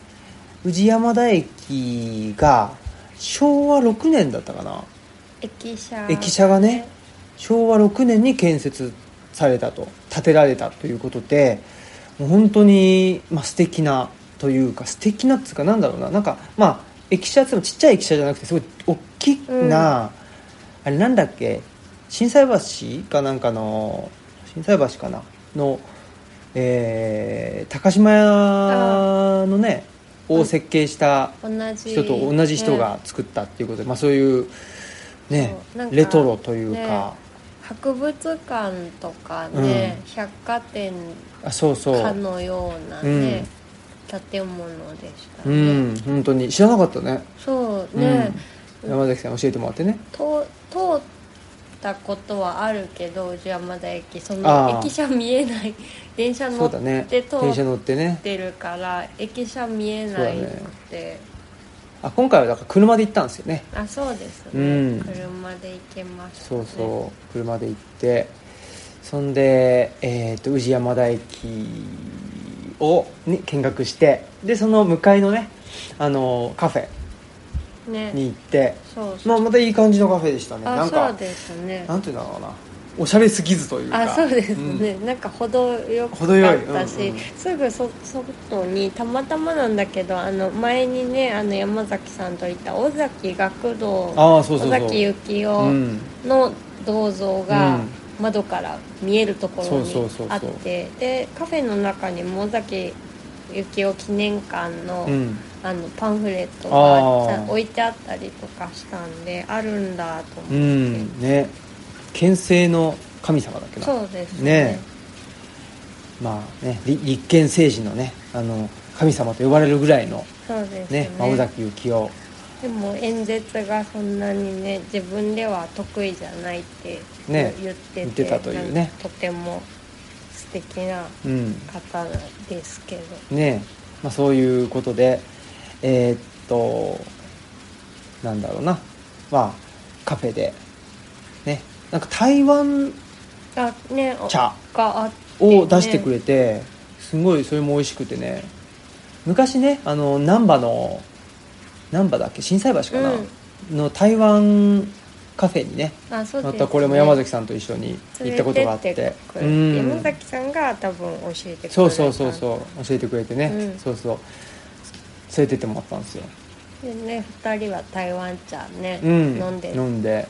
[SPEAKER 1] 宇治山田駅が昭和6年だったかな
[SPEAKER 2] 駅舎
[SPEAKER 1] 駅舎がね昭和6年に建設されたと建てられたということでもう本当に、まあ、素敵なというか素敵なっつうかなんだろうななんかまあ駅舎ってもちっちゃい駅舎じゃなくてすごい大きな、あれなんだっけ心斎橋かなんかの心斎橋かなの、えー高島屋のねを設計した
[SPEAKER 2] 同じ
[SPEAKER 1] 人と同じ人
[SPEAKER 2] ね
[SPEAKER 1] が作ったっていうことで、まあ、そういう、ね
[SPEAKER 2] そうなん、か
[SPEAKER 1] レトロというか、
[SPEAKER 2] 博物館とかね、百貨店
[SPEAKER 1] あそうそ
[SPEAKER 2] か
[SPEAKER 1] う、
[SPEAKER 2] のようなね、建物でした
[SPEAKER 1] う
[SPEAKER 2] ね、
[SPEAKER 1] ん、本当に知らなかったね、
[SPEAKER 2] そうね、
[SPEAKER 1] うん、山崎さん教えてもらってね
[SPEAKER 2] と通ったことはあるけどじゃあまだ駅そ
[SPEAKER 1] あ
[SPEAKER 2] の
[SPEAKER 1] ー
[SPEAKER 2] 駅舎見 えない電車乗
[SPEAKER 1] そう
[SPEAKER 2] っ
[SPEAKER 1] だね
[SPEAKER 2] て
[SPEAKER 1] 電
[SPEAKER 2] 通っ
[SPEAKER 1] 車乗ってね
[SPEAKER 2] てるから駅舎見えないくて、
[SPEAKER 1] あ今回はだから車で行ったんですよね
[SPEAKER 2] あそうですね、
[SPEAKER 1] うん
[SPEAKER 2] 車で行けます、
[SPEAKER 1] そ
[SPEAKER 2] ね、
[SPEAKER 1] うそう車で行ってそんで、えー、と宇治山田駅を、ね、見学してでその向かいのねあのカフェ
[SPEAKER 2] うね
[SPEAKER 1] に行って、
[SPEAKER 2] そうそう、
[SPEAKER 1] まあ、またいい感じのカフェでしたねな
[SPEAKER 2] あ
[SPEAKER 1] ん
[SPEAKER 2] そ
[SPEAKER 1] か
[SPEAKER 2] うですね
[SPEAKER 1] なんていうんだろうなおしゃれすぎずというか
[SPEAKER 2] あそうですね、
[SPEAKER 1] うん
[SPEAKER 2] なんか程よか
[SPEAKER 1] 程よい
[SPEAKER 2] ったし、
[SPEAKER 1] うんうん
[SPEAKER 2] すぐそ外にたまたまなんだけどあの前にねあの山崎さんといた尾崎学童
[SPEAKER 1] ああそうそうそう
[SPEAKER 2] 尾崎幸
[SPEAKER 1] う
[SPEAKER 2] 雄
[SPEAKER 1] ん
[SPEAKER 2] の銅像
[SPEAKER 1] う
[SPEAKER 2] が
[SPEAKER 1] ん
[SPEAKER 2] 窓から見えるところに
[SPEAKER 1] そうそうそうそう
[SPEAKER 2] あってでカフェの中にも尾崎幸雄記念館の,、
[SPEAKER 1] うん
[SPEAKER 2] あのパンフレットが
[SPEAKER 1] ああ
[SPEAKER 2] 置いてあったりとかしたんであるんだと思って、
[SPEAKER 1] うんね県政の神様だっけな
[SPEAKER 2] そうです
[SPEAKER 1] ねまあね立立憲政治のねあの神様と呼ばれるぐらいの
[SPEAKER 2] そうですね
[SPEAKER 1] ね青崎幸男
[SPEAKER 2] でも演説がそんなにね自分では得意じゃないって言
[SPEAKER 1] ね
[SPEAKER 2] ってて,、
[SPEAKER 1] 言ってたというね
[SPEAKER 2] なんかとても素敵な
[SPEAKER 1] うん
[SPEAKER 2] 方なんですけど
[SPEAKER 1] ねまあ、そういうことでえーっとなんだろうなまあカフェでねなんか台湾
[SPEAKER 2] あねお
[SPEAKER 1] 茶
[SPEAKER 2] があってね、
[SPEAKER 1] を出してくれて、すごいそれも美味しくてね昔ねあの難波の難波だっけ心斎橋かな、の台湾カフェにね
[SPEAKER 2] あそうで
[SPEAKER 1] ま
[SPEAKER 2] すね
[SPEAKER 1] たこれも山崎さんと一緒に行ったことがあって
[SPEAKER 2] 連れてくれ
[SPEAKER 1] う
[SPEAKER 2] て
[SPEAKER 1] ん
[SPEAKER 2] 山崎さんが多分教えてくれた
[SPEAKER 1] そうそうそうそう教えてくれてね、
[SPEAKER 2] うん
[SPEAKER 1] そうそう連れてってもらったんですよ、
[SPEAKER 2] うでね2人は台湾茶ね、
[SPEAKER 1] うん、
[SPEAKER 2] 飲んで
[SPEAKER 1] 飲んで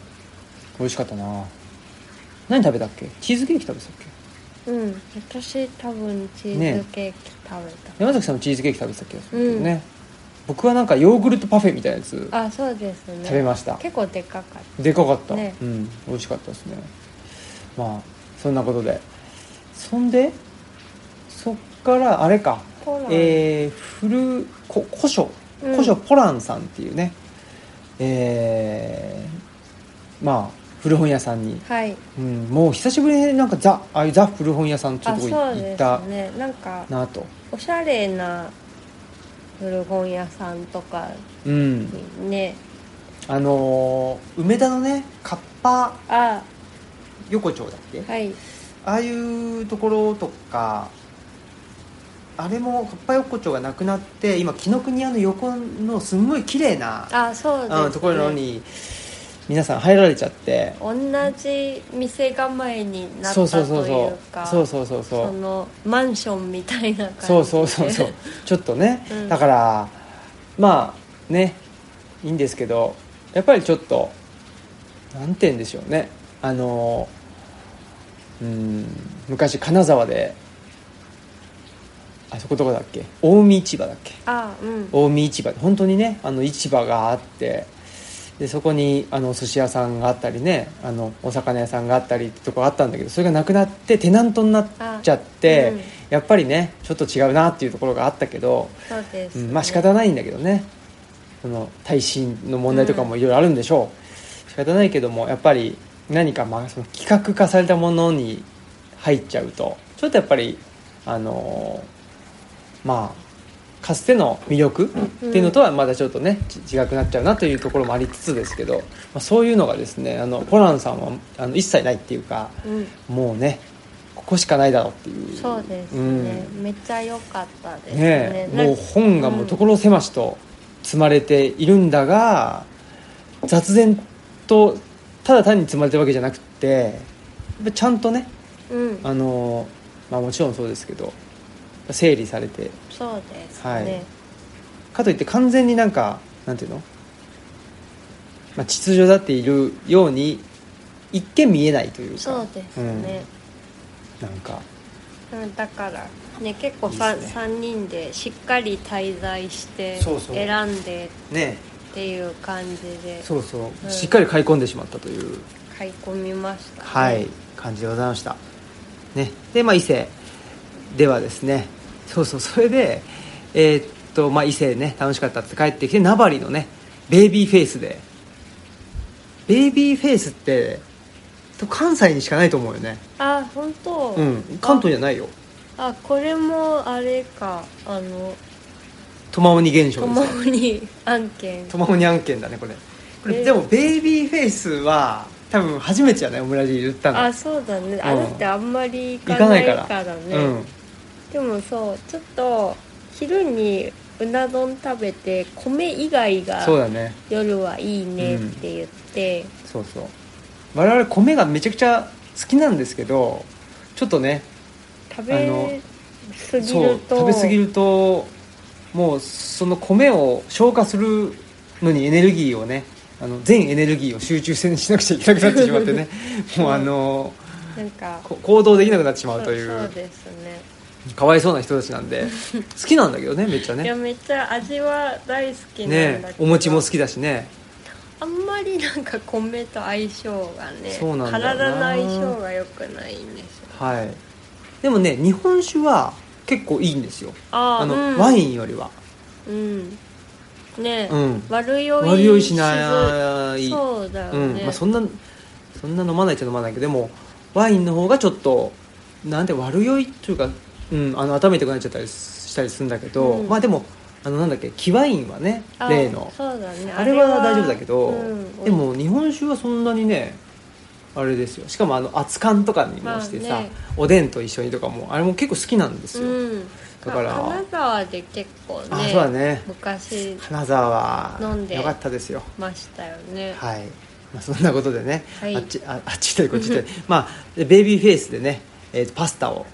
[SPEAKER 1] 美味しかったな何食べたっけチーズケーキ食べてたっけ
[SPEAKER 2] うん私多分チー
[SPEAKER 1] ね
[SPEAKER 2] ズケーキ食べた、
[SPEAKER 1] 山崎さんもチーズケーキ食べてた気がするけどね、僕はなんかヨーグルトパフェみたいなやつ食
[SPEAKER 2] あそうですね
[SPEAKER 1] べました
[SPEAKER 2] 結構でかかった
[SPEAKER 1] でかかった、
[SPEAKER 2] ね
[SPEAKER 1] うん美味しかったですねまあそんなことでそんでそっからあれか
[SPEAKER 2] ポーランド
[SPEAKER 1] えー、フルこ古書
[SPEAKER 2] うん
[SPEAKER 1] 古書ポランさんっていうね、えーまあ古本屋さんに、
[SPEAKER 2] はい
[SPEAKER 1] うん、もう久しぶりになんかザああいうザ古本屋さんってい
[SPEAKER 2] あ
[SPEAKER 1] うとこ
[SPEAKER 2] そ
[SPEAKER 1] 行
[SPEAKER 2] うで
[SPEAKER 1] った
[SPEAKER 2] すねなんか
[SPEAKER 1] なと
[SPEAKER 2] おしゃれな古本屋さんとか
[SPEAKER 1] うん
[SPEAKER 2] にね
[SPEAKER 1] あのー梅田のねカッパ
[SPEAKER 2] あ
[SPEAKER 1] 横丁だっけ、
[SPEAKER 2] はい
[SPEAKER 1] ああいうところとかあれもカッパ横丁がなくなって今紀ノ国屋の横のすんごい綺麗な
[SPEAKER 2] あそうです、
[SPEAKER 1] あ
[SPEAKER 2] ね、
[SPEAKER 1] のところに皆さん入られちゃって
[SPEAKER 2] 同じ店構えになった
[SPEAKER 1] そうそうそ
[SPEAKER 2] と
[SPEAKER 1] う
[SPEAKER 2] いう
[SPEAKER 1] そ
[SPEAKER 2] か
[SPEAKER 1] うそうそうそうそう
[SPEAKER 2] そのマンションみたいな感じで
[SPEAKER 1] そうそうそうそうちょっとね、
[SPEAKER 2] うん
[SPEAKER 1] だからまあねいいんですけどやっぱりちょっとなんて言うんでしょうねあのうん昔金沢であそこどこだっけ近江市場だっけ
[SPEAKER 2] あうん
[SPEAKER 1] 近江市場本当にねあの市場があってでそこにあのお寿司屋さんがあったりねあのお魚屋さんがあったりってとこあったんだけどそれがなくなってテナントになっちゃって、
[SPEAKER 2] あうん
[SPEAKER 1] やっぱりねちょっと違うなっていうところがあったけど、
[SPEAKER 2] そうです、
[SPEAKER 1] うんまあ仕方ないんだけどねその耐震の問題とかもいろいろあるんでしょう、仕方ないけどもやっぱり何かまあその企画化されたものに入っちゃうとちょっとやっぱりあのーまあかつての魅力っていうのとはまだちょっとね、ち違くなっちゃうなというところもありつつですけど、まあ、そういうのがですねあのホランさんはあの一切ないっていうか
[SPEAKER 2] うん
[SPEAKER 1] もうねここしかないだろうっていう
[SPEAKER 2] そうです
[SPEAKER 1] うん
[SPEAKER 2] ね、めっちゃ良かったですね
[SPEAKER 1] ねえもう
[SPEAKER 2] なんか
[SPEAKER 1] 本がもう所狭しと積まれているんだが、雑然とただ単に積まれてるわけじゃなくてやっぱちゃんとね
[SPEAKER 2] うん
[SPEAKER 1] あの、まあ、もちろんそうですけど整理されて
[SPEAKER 2] そうですね、
[SPEAKER 1] はいかといって完全になんかなんていうの、まあ、秩序だっているように一見見えないというか
[SPEAKER 2] そうですね、
[SPEAKER 1] うんなんか
[SPEAKER 2] うん、だからね結構
[SPEAKER 1] い
[SPEAKER 2] さ
[SPEAKER 1] いっすね
[SPEAKER 2] 3人でしっかり滞在して
[SPEAKER 1] そうそう
[SPEAKER 2] 選んで
[SPEAKER 1] ね
[SPEAKER 2] っていう感じで
[SPEAKER 1] そうそう、
[SPEAKER 2] うん
[SPEAKER 1] しっかり買い込んでしまったという
[SPEAKER 2] 買い込みましたね、
[SPEAKER 1] はい感じでございましたねでまあ伊勢ではですねそうそうそれでえーっとまあ伊勢ね楽しかったって帰ってきて名張のねベイビーフェイスでベイビーフェイスってと関西にしかないと思うよね
[SPEAKER 2] あ本当
[SPEAKER 1] うん関東じゃないよ
[SPEAKER 2] ああこれもあれかあの
[SPEAKER 1] トマオニ現象
[SPEAKER 2] と
[SPEAKER 1] です
[SPEAKER 2] も
[SPEAKER 1] よ
[SPEAKER 2] に案件
[SPEAKER 1] トマホニ案件だねこれこれ、
[SPEAKER 2] えー
[SPEAKER 1] でもベイビーフェイスは多分初めてじゃないオムラジ言ったの
[SPEAKER 2] あそうだね、あれってあんまり行
[SPEAKER 1] 行
[SPEAKER 2] か
[SPEAKER 1] かな
[SPEAKER 2] ない
[SPEAKER 1] いから
[SPEAKER 2] からね
[SPEAKER 1] うん
[SPEAKER 2] でもそうちょっと昼にうな丼食べて米以外が
[SPEAKER 1] そうだね
[SPEAKER 2] 夜はいいねって言って、
[SPEAKER 1] そうそう我々米がめちゃくちゃ好きなんですけどちょっとね
[SPEAKER 2] 食
[SPEAKER 1] あ
[SPEAKER 2] べ
[SPEAKER 1] の
[SPEAKER 2] 過ぎ
[SPEAKER 1] そう
[SPEAKER 2] ると
[SPEAKER 1] 食べ過ぎるともうその米を消化するのにエネルギーをねあの全エネルギーを集中せんしなくちゃいけなくなってしま ってねもうあの
[SPEAKER 2] なんか
[SPEAKER 1] こ行動できなくなってしまうとい
[SPEAKER 2] そうそう
[SPEAKER 1] う
[SPEAKER 2] ですね
[SPEAKER 1] かわいそうな人たちなんで好きなんだけどねめっちゃ
[SPEAKER 2] い
[SPEAKER 1] ね
[SPEAKER 2] やめっちゃ味は大好きなん
[SPEAKER 1] ね
[SPEAKER 2] だけど、
[SPEAKER 1] お餅も好きだしね
[SPEAKER 2] あんまりなんか米と相性がね
[SPEAKER 1] そうなんだよな
[SPEAKER 2] 体の相性が良くないんですよ
[SPEAKER 1] はいでもね日本酒は結構いいんですよ
[SPEAKER 2] あー
[SPEAKER 1] あの、
[SPEAKER 2] うん、
[SPEAKER 1] ワインよりは
[SPEAKER 2] うんね、
[SPEAKER 1] うん
[SPEAKER 2] 悪酔い
[SPEAKER 1] 悪酔いし
[SPEAKER 2] ず
[SPEAKER 1] ない
[SPEAKER 2] そうだよね、
[SPEAKER 1] うんまあ、そんなそんな飲まないっちゃ飲まないけどでもワインの方がちょっとなんて悪酔いというか、うん、あの温めてくなっちゃったりしたりするんだけど、
[SPEAKER 2] うん
[SPEAKER 1] まあでもあのなんだっけキワインはね
[SPEAKER 2] あ
[SPEAKER 1] 例の
[SPEAKER 2] そうだね
[SPEAKER 1] あれは大丈夫だけど、
[SPEAKER 2] うん
[SPEAKER 1] でも日本酒はそんなにねあれですよしかもあの熱燗とかにもしてさ、
[SPEAKER 2] まあね
[SPEAKER 1] おでんと一緒にとかもあれも結構好きなんですよ、
[SPEAKER 2] うん
[SPEAKER 1] だから
[SPEAKER 2] 金沢で結構ね
[SPEAKER 1] あそうだね
[SPEAKER 2] 昔
[SPEAKER 1] 金沢は
[SPEAKER 2] 飲んで
[SPEAKER 1] よかったですよ
[SPEAKER 2] ましたよね
[SPEAKER 1] はい、まあ、そんなことでね、
[SPEAKER 2] はい
[SPEAKER 1] あっちああっちでこっちで、まあ、でベイビーフェイスでね、えーとパスタを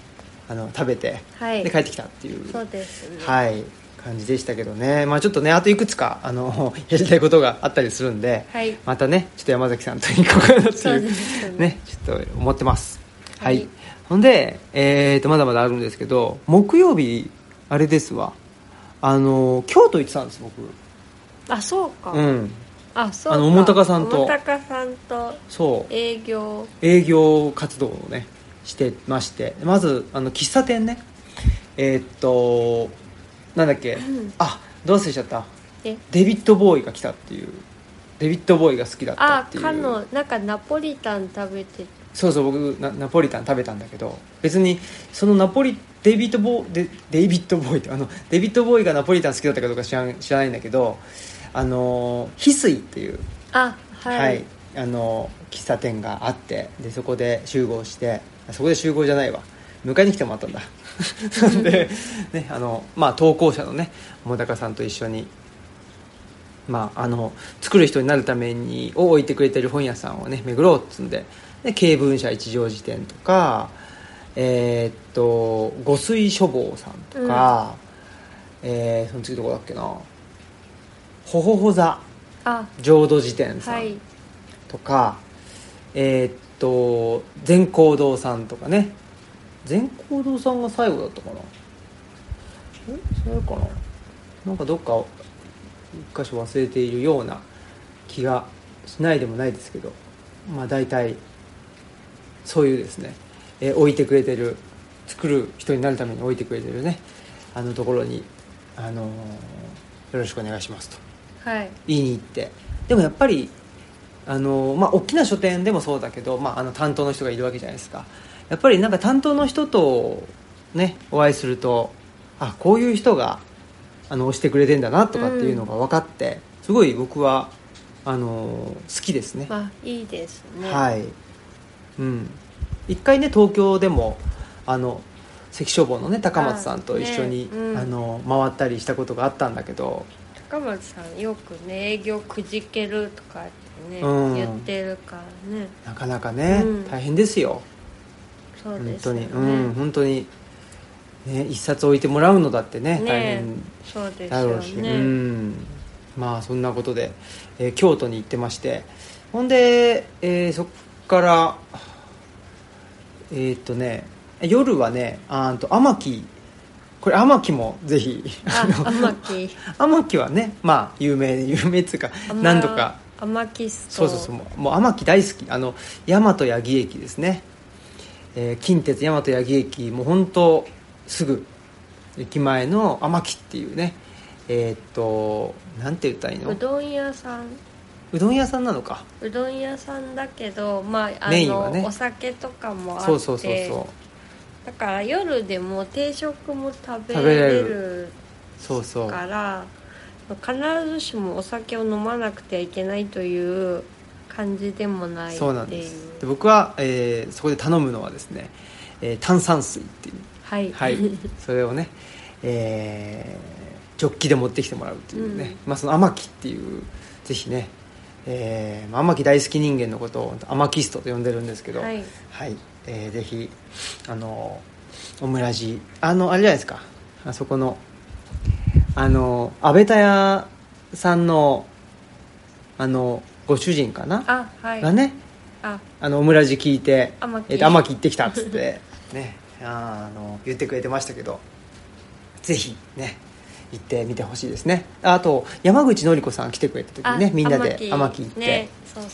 [SPEAKER 1] あの食べて、
[SPEAKER 2] はい
[SPEAKER 1] で帰ってきたっていう
[SPEAKER 2] そうですね
[SPEAKER 1] はい、感じでしたけどね、まあ、ちょっとねあといくつかあの やりたいことがあったりするんで、
[SPEAKER 2] はい
[SPEAKER 1] またねちょっと山崎さんと行こうかなって
[SPEAKER 2] そう
[SPEAKER 1] い
[SPEAKER 2] で
[SPEAKER 1] う
[SPEAKER 2] すね
[SPEAKER 1] ねちょっと思ってますはい、
[SPEAKER 2] はい
[SPEAKER 1] ほんで、えー、とまだまだあるんですけど木曜日あれですわあの京都行ってたんです僕
[SPEAKER 2] あそうか、
[SPEAKER 1] うん
[SPEAKER 2] あそうか
[SPEAKER 1] あの桃高さんと
[SPEAKER 2] 桃高さんと
[SPEAKER 1] そう
[SPEAKER 2] 営業
[SPEAKER 1] 営業活動をねしてましてまずあの喫茶店ねえーっとなんだっけ、
[SPEAKER 2] ん
[SPEAKER 1] あどう忘れちゃった
[SPEAKER 2] で
[SPEAKER 1] デビッド・ボーイが来たっていうデビッド・ボーイが好きだった
[SPEAKER 2] あ
[SPEAKER 1] っていう
[SPEAKER 2] かのなんかナポリタン食べて
[SPEAKER 1] そうそう僕ナナポリタン食べたんだけど別にそのナポリデビッドボーデデイビッド・ボーイってあのデビッド・ボーイがナポリタン好きだったかどうか知らん知らないんだけどあの翡翠っていう
[SPEAKER 2] あはい、
[SPEAKER 1] はい、あの喫茶店があってでそこで集合してあそこで集合じゃないわ迎えに来てもらっ たんだなんで、ねあのまあ、投稿者のね桃高さんと一緒に、まあ、あの作る人になるためにを置いてくれてる本屋さんをね巡ろうっつうんでで軽文社一条辞典とかえーっと五水書房さんとか、えーその次どこだっけなほほほ座
[SPEAKER 2] あ
[SPEAKER 1] 浄土辞典さ
[SPEAKER 2] は
[SPEAKER 1] ん
[SPEAKER 2] い
[SPEAKER 1] とかえーっと善光堂さんとかね善光堂さんが最後だったかなえそれかななんかどっか一箇所忘れているような気がしないでもないですけどまあ大体そういうですね、えー置いてくれてる作る人になるために置いてくれてるねあのところに、あのーよろしくお願いしますと
[SPEAKER 2] はい
[SPEAKER 1] 言いに行ってでもやっぱりあの、まあ、大きな書店でもそうだけど、まあ、あの担当の人がいるわけじゃないですかやっぱりなんか担当の人と、ね、お会いするとあこういう人があの押してくれてんだなとかっていうのが分かって、すごい僕はあの好きですね、
[SPEAKER 2] まあいいですね
[SPEAKER 1] はい、うん、一回ね東京でもあの関消防のね高松さんと一緒に
[SPEAKER 2] あねうん
[SPEAKER 1] あの回ったりしたことがあったんだけど
[SPEAKER 2] 高松さんよくね営業くじけるとかってね、
[SPEAKER 1] うん
[SPEAKER 2] 言ってるからね
[SPEAKER 1] なかなかね、
[SPEAKER 2] うん
[SPEAKER 1] 大変ですよ
[SPEAKER 2] そう
[SPEAKER 1] 本
[SPEAKER 2] です
[SPEAKER 1] 当
[SPEAKER 2] よ
[SPEAKER 1] に、
[SPEAKER 2] ね
[SPEAKER 1] うん本当にね一冊置いてもらうのだってね大
[SPEAKER 2] ね
[SPEAKER 1] 変
[SPEAKER 2] そうです
[SPEAKER 1] だろ
[SPEAKER 2] よ
[SPEAKER 1] うし、
[SPEAKER 2] ね、
[SPEAKER 1] うんまあそんなことで、えー京都に行ってましてほんで、えーそっからえーっとね夜はねあーんと天城これ天城もぜひ
[SPEAKER 2] あ天木
[SPEAKER 1] 天城はねまあ有名有名っつうか
[SPEAKER 2] 天
[SPEAKER 1] 何度か
[SPEAKER 2] 天木ス
[SPEAKER 1] そ
[SPEAKER 2] ト
[SPEAKER 1] うそうそうもうもう天城大好きあの大和八木駅ですね、えー近鉄大和八木駅もう本当すぐ駅前の天城っていうねえーっとなんて言ったらいいの
[SPEAKER 2] うどん屋さん
[SPEAKER 1] うどん屋さんなのか
[SPEAKER 2] うどん屋さんだけどまああ
[SPEAKER 1] メイン
[SPEAKER 2] の、
[SPEAKER 1] はね
[SPEAKER 2] お酒とかもあって
[SPEAKER 1] そうそうそうそう
[SPEAKER 2] だから夜でも定食も食べ
[SPEAKER 1] 食べれ
[SPEAKER 2] れ
[SPEAKER 1] る
[SPEAKER 2] る
[SPEAKER 1] そうそう
[SPEAKER 2] から必ずしもお酒を飲まなくてはいけないという感じでもないっていう
[SPEAKER 1] そうなんですで僕は、えーそこで頼むのはですね、えー炭酸水っていう
[SPEAKER 2] はい、
[SPEAKER 1] はいそれをね、えージョッキで持ってきてもらうというね、まあ、その天城っていうぜひね、えーまあ天城大好き人間のことを天城ストと呼んでるんですけど
[SPEAKER 2] はい
[SPEAKER 1] はいえーぜひあのオムラジあのあれじゃないですかあそこのあの安倍田屋さんのあのご主人かな
[SPEAKER 2] あはい
[SPEAKER 1] がね
[SPEAKER 2] あ
[SPEAKER 1] あのオムラジ聞いて
[SPEAKER 2] 天城
[SPEAKER 1] えっと天城行ってきたっつって ねあーあの言ってくれてましたけどぜひね行ってみてほしいですねあと山口のり子さん来てくれた時
[SPEAKER 2] あ
[SPEAKER 1] にねみんなで
[SPEAKER 2] 天
[SPEAKER 1] 天
[SPEAKER 2] 城
[SPEAKER 1] 城行って、
[SPEAKER 2] ねそうそう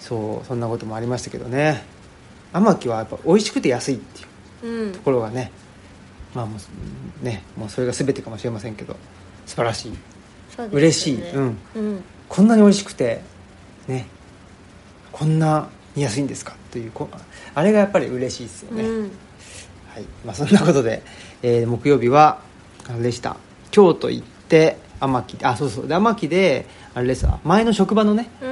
[SPEAKER 2] そ
[SPEAKER 1] そうそんなこともありましたけどね天城はやっぱ美味しくて安いっていう
[SPEAKER 2] ううん
[SPEAKER 1] ところがねまあもうねもうそれが全てかもしれませんけど素晴らしい
[SPEAKER 2] そうですよね
[SPEAKER 1] 嬉しいうん
[SPEAKER 2] うん
[SPEAKER 1] こんなに美味しくてねこんなに安いんですかというこあれがやっぱり嬉しいですよね、
[SPEAKER 2] うん
[SPEAKER 1] はいまあ、そんなことで、えー木曜日はあれでした京都行って天城あそうそうで天城であれですわ前の職場のね、
[SPEAKER 2] うん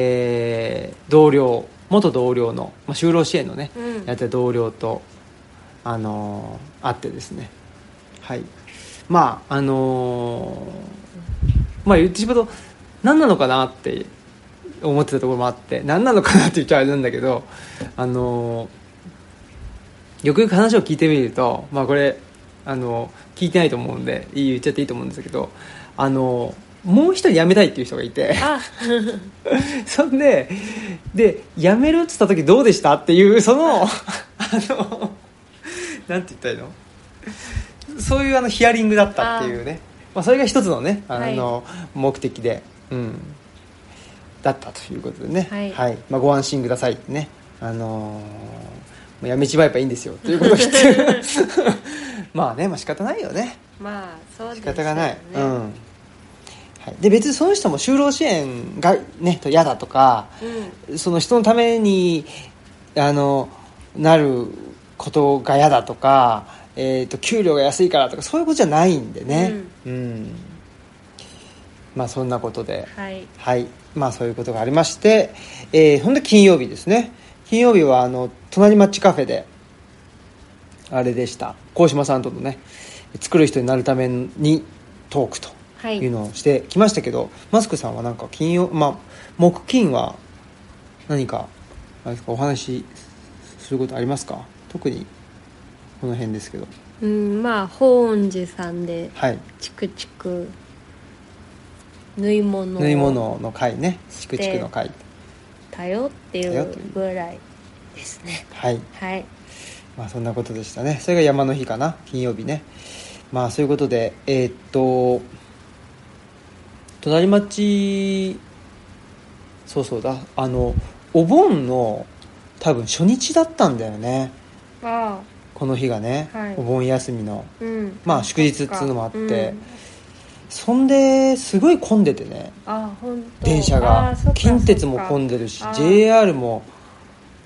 [SPEAKER 1] えー同僚元同僚の、まあ、就労支援のね、
[SPEAKER 2] うん
[SPEAKER 1] やってた同僚と、あのー会ってですねはいまああのーまあ言ってしまうと何なのかなって思ってたところもあって何なのかなって言っちゃあれなんだけどあのーよくよく話を聞いてみると、まあ、これあの聞いてないと思うんでいい言っちゃっていいと思うんですけどあのもう一人辞めたいっていう人がい て
[SPEAKER 2] あ
[SPEAKER 1] そんでで辞めるっつった時どうでしたっていうそ のあのなんて言ったらいいのそういうあのヒアリングだったっていうねまあ、それが一つのねあの、目的で、うん、だったということでね、
[SPEAKER 2] はい
[SPEAKER 1] まあ、ご安心くださいってね、あのーもうやめちまえばいいんですよということを言って まあね、まあ仕方ないよね
[SPEAKER 2] まあそうです
[SPEAKER 1] 仕
[SPEAKER 2] よね
[SPEAKER 1] 方がない、うんはい、で別にその人も就労支援がね嫌だとか
[SPEAKER 2] うん
[SPEAKER 1] その人のためにあのなることが嫌だとか、えー、と給料が安いからとかそういうことじゃないんでね、うんまあそんなことで、
[SPEAKER 2] はい
[SPEAKER 1] はいまあそういうことがありまして、えーほんで金曜日ですね金曜日はあの隣町カフェであれでした鴻島さんとのね作る人になるためにトークと
[SPEAKER 2] はい
[SPEAKER 1] いうのをしてきましたけど、マスクさんはなんか金曜まあ木金は何かあれですかお話しすることありますか特にこの辺ですけど
[SPEAKER 2] うんまあ法恩寺さんで
[SPEAKER 1] はい
[SPEAKER 2] チクチク縫い物を
[SPEAKER 1] 縫い物の会ねチクチクの会
[SPEAKER 2] だよってい
[SPEAKER 1] だよ
[SPEAKER 2] う
[SPEAKER 1] という
[SPEAKER 2] ぐらいですね
[SPEAKER 1] はい
[SPEAKER 2] はい
[SPEAKER 1] まあそんなことでしたね。それが山の日かな、金曜日ね。まあそういうことで、えーっと、隣町、そうそうだ、あの、お盆の多分初日だったんだよね、
[SPEAKER 2] あ
[SPEAKER 1] この日がね、
[SPEAKER 2] はい
[SPEAKER 1] お盆休みの。
[SPEAKER 2] あうん
[SPEAKER 1] まあ祝日っつうのもあってそんで、すごい混んでてね、
[SPEAKER 2] あ本当
[SPEAKER 1] 電車が。近鉄も混ん
[SPEAKER 2] で
[SPEAKER 1] でるし
[SPEAKER 2] あ、ー
[SPEAKER 1] JR も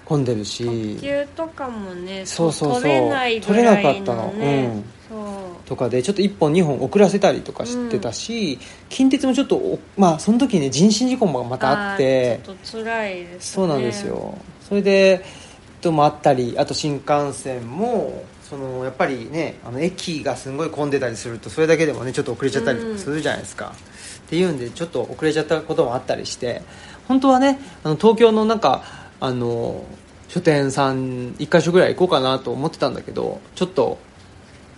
[SPEAKER 1] 混んでるし。
[SPEAKER 2] 特急とかもね
[SPEAKER 1] そうそうそう
[SPEAKER 2] 取れないぐ
[SPEAKER 1] 取
[SPEAKER 2] らいの、ね、
[SPEAKER 1] れなかったのうん
[SPEAKER 2] そ
[SPEAKER 1] とかでちょっと1本2本遅らせたりとかしてたし、近鉄もちょっとおまあその時ね人身事故も
[SPEAKER 2] う
[SPEAKER 1] またあって
[SPEAKER 2] ーちょっと辛いですね
[SPEAKER 1] そうなんですよそれでともあったりあと新幹線もそのやっぱりねあの駅がすごい混んでたりするとそれだけでもねちょっと遅れちゃったりとかするじゃないですか、っていうんでちょっと遅れちゃったこともあったりして本当はねあの東京のなんかあの書店さん1箇所ぐらい行こうかなと思ってたんだけどちょっと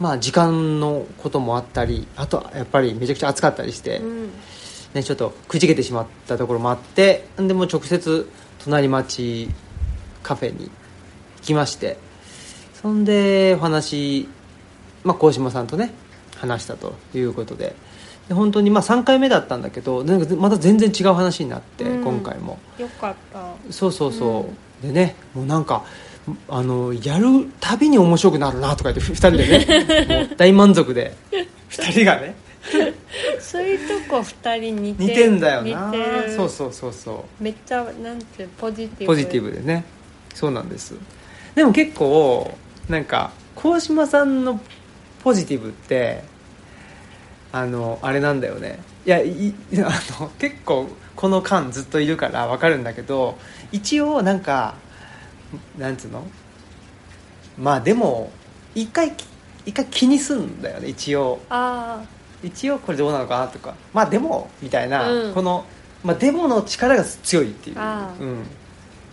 [SPEAKER 1] まあ時間のこともあったりあとはやっぱりめちゃくちゃ暑かったりして、
[SPEAKER 2] うん
[SPEAKER 1] ね、ちょっとくじけてしまったところもあってでもう直接隣町カフェに行きましてそんでお話、まあ、鴻島さんとね話したということでで本当にまあ3回目だったんだけどなんかまた全然違う話になって、
[SPEAKER 2] うん
[SPEAKER 1] 今回も
[SPEAKER 2] よかった
[SPEAKER 1] そうそうそう、でねもうなんかあのやるたびに面白くなるなとか言って2人で ねもう大満足で2人がね
[SPEAKER 2] そういうとこ二人似て
[SPEAKER 1] 似
[SPEAKER 2] る
[SPEAKER 1] てんだよな
[SPEAKER 2] 似てる
[SPEAKER 1] そうそうそうそう
[SPEAKER 2] めっちゃなんていうポジティブ
[SPEAKER 1] ポジティブでねそうなんですでも結構なんか鴻島さんのポジティブってあのあれなんだよねいやい いあの結構この間ずっといるからわかるんだけど一応なんかなんつうのまあでも一回き一回気にすんだよね一応
[SPEAKER 2] あ
[SPEAKER 1] 一応これどうなのかなとかまあでもみたいな、
[SPEAKER 2] うん
[SPEAKER 1] この、まあ、デモの力が強いっていう、
[SPEAKER 2] あ
[SPEAKER 1] う
[SPEAKER 2] あ
[SPEAKER 1] ん、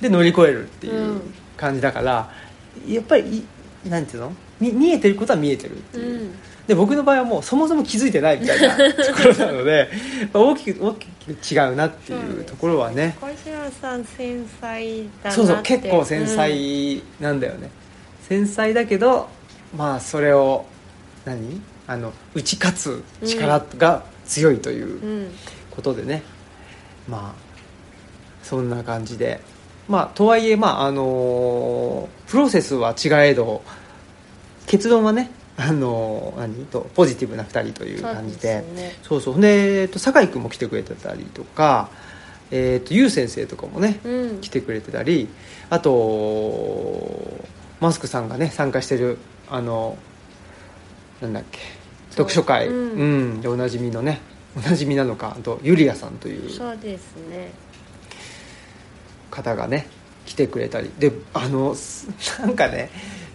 [SPEAKER 1] で乗り越えるっていううん感じだから、やっぱりいなんていうのみ見えてることは見えてるって
[SPEAKER 2] あう
[SPEAKER 1] いう、
[SPEAKER 2] ん
[SPEAKER 1] で僕の場合はもうそもそも気づいてないみた いなところなので、まあ、大きく大きく違うなっていうところはね
[SPEAKER 2] 小島さん繊細だなって
[SPEAKER 1] そうそう結構繊細なんだよね、繊細だけどまあそれを何あの打ち勝つ力が強いという、
[SPEAKER 2] うん、うん
[SPEAKER 1] ことでねまあそんな感じでまあとはいえまああのプロセスは違えど結論はねあの何とポジティブな2人という
[SPEAKER 2] そう
[SPEAKER 1] 感じ
[SPEAKER 2] です
[SPEAKER 1] で
[SPEAKER 2] よね
[SPEAKER 1] そうそうで、えっと、酒井君も来てくれてたりとかえっとゆう先生とかもね
[SPEAKER 2] うん
[SPEAKER 1] 来てくれてたりあとマスクさんがね参加してるあのなんだっけ
[SPEAKER 2] そう
[SPEAKER 1] 読書会、う
[SPEAKER 2] うんん
[SPEAKER 1] でおなじみのねおなじみなのかあとユリアさんという
[SPEAKER 2] そうですね
[SPEAKER 1] 方がね来てくれたりであのすなんかね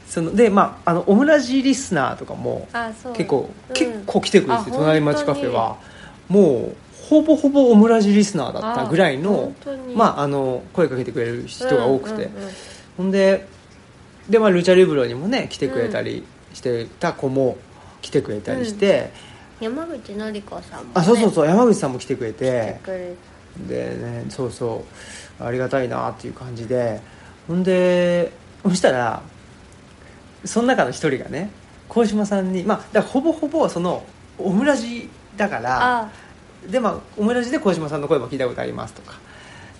[SPEAKER 1] そのでまああのオムラジリスナーとかも
[SPEAKER 2] あそう
[SPEAKER 1] 結構、
[SPEAKER 2] うん
[SPEAKER 1] 結構来てくれてて
[SPEAKER 2] あ
[SPEAKER 1] 隣町カフェはもうほぼほぼオムラジリスナーだったぐらい
[SPEAKER 2] あ
[SPEAKER 1] の
[SPEAKER 2] 本当に
[SPEAKER 1] まああの声かけてくれる人が多くて、
[SPEAKER 2] うんうんうん
[SPEAKER 1] ほんでで、まあ、ルチャリブロにもね来てくれたりしてた子も来てくれたりして、
[SPEAKER 2] 山口のり子さんも、ね、
[SPEAKER 1] あそうそうそう山口さんも来てくれ
[SPEAKER 2] 来
[SPEAKER 1] て
[SPEAKER 2] てくれて
[SPEAKER 1] でねそうそうありがたいなっていう感じでほんでそしたらその中の一人がね鴻島さんにまあだからほぼほぼそのオムラジだから
[SPEAKER 2] あ
[SPEAKER 1] でまあオムラジで鴻島さんの声も聞いたことありますとか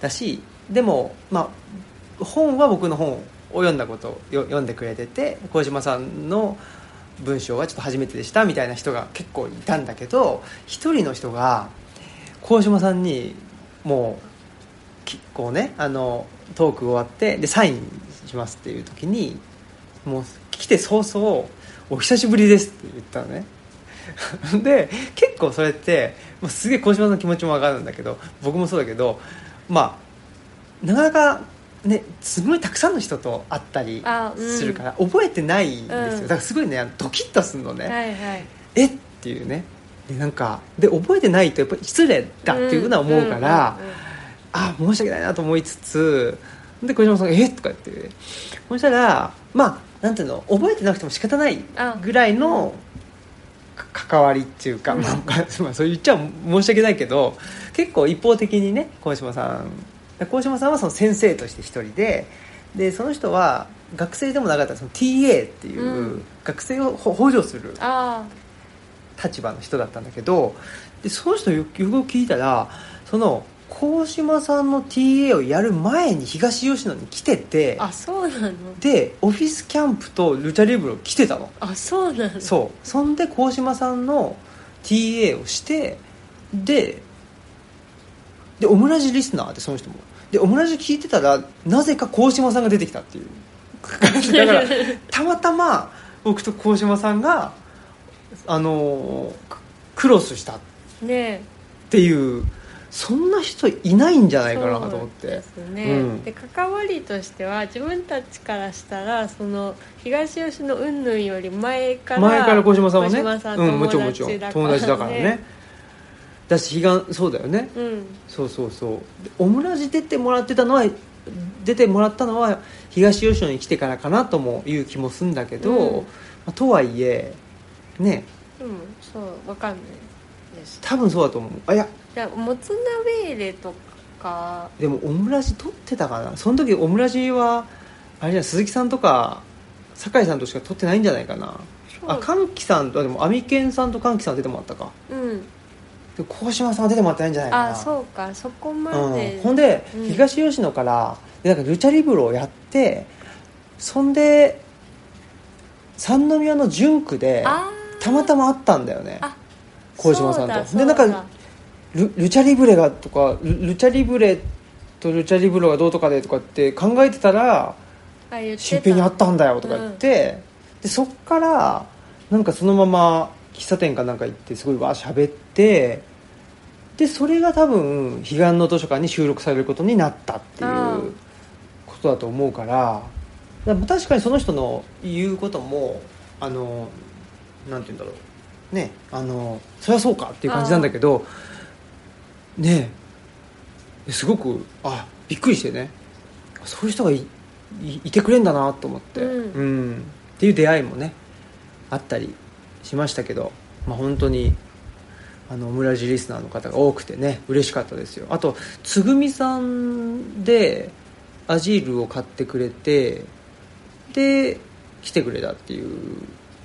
[SPEAKER 1] だしでもまあ本は僕の本を読んだことをよ読んでくれてて鴻島さんの文章はちょっと初めてでしたみたいな人が結構いたんだけど一人の人が鴻島さんにもうきこうねあのトーク終わってでサインしますっていう時にもう来て早々「お久しぶりです」って言ったのね で結構それってもうすげえ鴻島さんの気持ちも分かるんだけど僕もそうだけどまあなかなかねすごいたくさんの人と会ったり
[SPEAKER 2] あうん
[SPEAKER 1] するから、覚えてないんですよ、
[SPEAKER 2] うん
[SPEAKER 1] だからすごいねあのドキッとするのね、
[SPEAKER 2] はいはい
[SPEAKER 1] えっていうねでなんかで覚えてないとやっぱり失礼だっていうのは思うから、
[SPEAKER 2] うんうんうんうん
[SPEAKER 1] あ申し訳ないなと思いつつで小島さんが「えとか言ってそしたらまあなんていうの覚えてなくても仕方ないぐらいのか関わりっていうか、
[SPEAKER 2] うん
[SPEAKER 1] まあまあそう言っちゃ申し訳ないけど結構一方的にね小島さん小島さんはその先生として一人ででその人は学生でもなかったその TA っていう、
[SPEAKER 2] うん
[SPEAKER 1] 学生をほ補助する
[SPEAKER 2] あ
[SPEAKER 1] 立場の人だったんだけどでその人よよく聞いたらその鴻島さんの TA をやる前に東吉野に来てて
[SPEAKER 2] ああそうなの
[SPEAKER 1] でオフィスキャンプとルチャリブロ来てたの
[SPEAKER 2] あそうなの
[SPEAKER 1] そうそんで鴻島さんの TA をしてででオムラジリスナーってその人もでオムラジ聞いてたらなぜか鴻島さんが出てきたっていうだ からたまたま僕と鴻島さんがあのーククロスしたっ
[SPEAKER 2] ね
[SPEAKER 1] ていうそんな人いないんじゃな
[SPEAKER 2] え
[SPEAKER 1] いかなと思っ
[SPEAKER 2] そうで
[SPEAKER 1] て
[SPEAKER 2] すね、
[SPEAKER 1] うん
[SPEAKER 2] で関わりとしては自分たちからしたらその東吉の云々より前から
[SPEAKER 1] 前から
[SPEAKER 2] 小
[SPEAKER 1] 小島さんはね
[SPEAKER 2] 島さん
[SPEAKER 1] うん、もちろんもちろ
[SPEAKER 2] 友達
[SPEAKER 1] ん
[SPEAKER 2] だから
[SPEAKER 1] 友達だからね
[SPEAKER 2] ね
[SPEAKER 1] だし彼岸そうだよね
[SPEAKER 2] うん
[SPEAKER 1] そうそうそうでオムラジ出てもらってたのは出てもらったのは東吉野に来てからかなともいう気もするんだけど、
[SPEAKER 2] うん
[SPEAKER 1] まあとはいえね
[SPEAKER 2] うんそうわかんないです
[SPEAKER 1] 多分そうだと思うあいや
[SPEAKER 2] じゃあもつ鍋入れとか
[SPEAKER 1] でもオムラジ撮ってたかなその時オムラジはあれじゃない鈴木さんとか酒井さんとしか撮ってないんじゃないかな
[SPEAKER 2] そう
[SPEAKER 1] あ歓喜さんとあでもアミケンさんと歓喜さん出てもらったか
[SPEAKER 2] うん
[SPEAKER 1] で鴻島さんは出てもらってないんじゃないかな
[SPEAKER 2] あそうかそこま
[SPEAKER 1] う
[SPEAKER 2] で
[SPEAKER 1] ん、ほんで、
[SPEAKER 2] うん
[SPEAKER 1] 東吉野からでなんかルチャリブロをやってそんで三宮の純区で
[SPEAKER 2] あ
[SPEAKER 1] たまたま会ったんだよね
[SPEAKER 2] あ
[SPEAKER 1] 鴻島さんと
[SPEAKER 2] で
[SPEAKER 1] で
[SPEAKER 2] な
[SPEAKER 1] なんん
[SPEAKER 2] か
[SPEAKER 1] かルルチャリブレがとかルルチャリブレとルチャリブロがどうとかでとかって考えてたら
[SPEAKER 2] あ言ってた
[SPEAKER 1] 新平に会ったんだよとか言って、でそっからなんかそのまま喫茶店かなんか行ってすごいわー喋ってでそれが多分彼岸の図書館に収録されることになったってい
[SPEAKER 2] ああ
[SPEAKER 1] うことだと思うからでも確かにその人の言うこともあのなんて言うんだろうねあのそりゃそうかっていう感じなんだけどねえすごくあびっくりしてねそういう人がいいいてくれんだなと思って、
[SPEAKER 2] うん
[SPEAKER 1] んっていう出会いもねあったりしましたけど、まあ、本当にあのオムラジリスナーの方が多くてね嬉しかったですよあとつぐみさんでアジールを買ってくれてで来てくれたっていう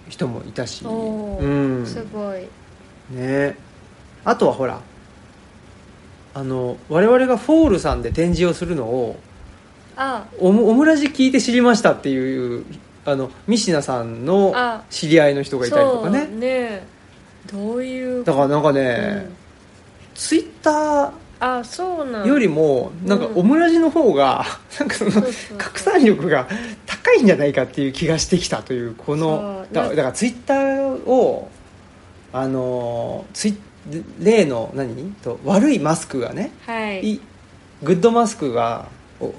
[SPEAKER 1] 人もいたし、
[SPEAKER 2] おー
[SPEAKER 1] うん、
[SPEAKER 2] すごい
[SPEAKER 1] ねあとはほらあの我々がフォールさんで展示をするのを
[SPEAKER 2] あ
[SPEAKER 1] オムオムラジ聞いて知りましたっていうあのミシナさんの
[SPEAKER 2] あ
[SPEAKER 1] 知り合いの人がいたりとかね
[SPEAKER 2] そうねどういう
[SPEAKER 1] だからなんかね、
[SPEAKER 2] うん
[SPEAKER 1] ツイッタ
[SPEAKER 2] あそうなん
[SPEAKER 1] ーよりもなんか
[SPEAKER 2] うん
[SPEAKER 1] オムラジの方が なんかその
[SPEAKER 2] そうそう
[SPEAKER 1] 拡散力が高いんじゃないかっていう気がしてきたというこの
[SPEAKER 2] そう
[SPEAKER 1] だだからツイッターをあのツイ例の何と悪いマスクがね
[SPEAKER 2] はい
[SPEAKER 1] いグッドマスクがお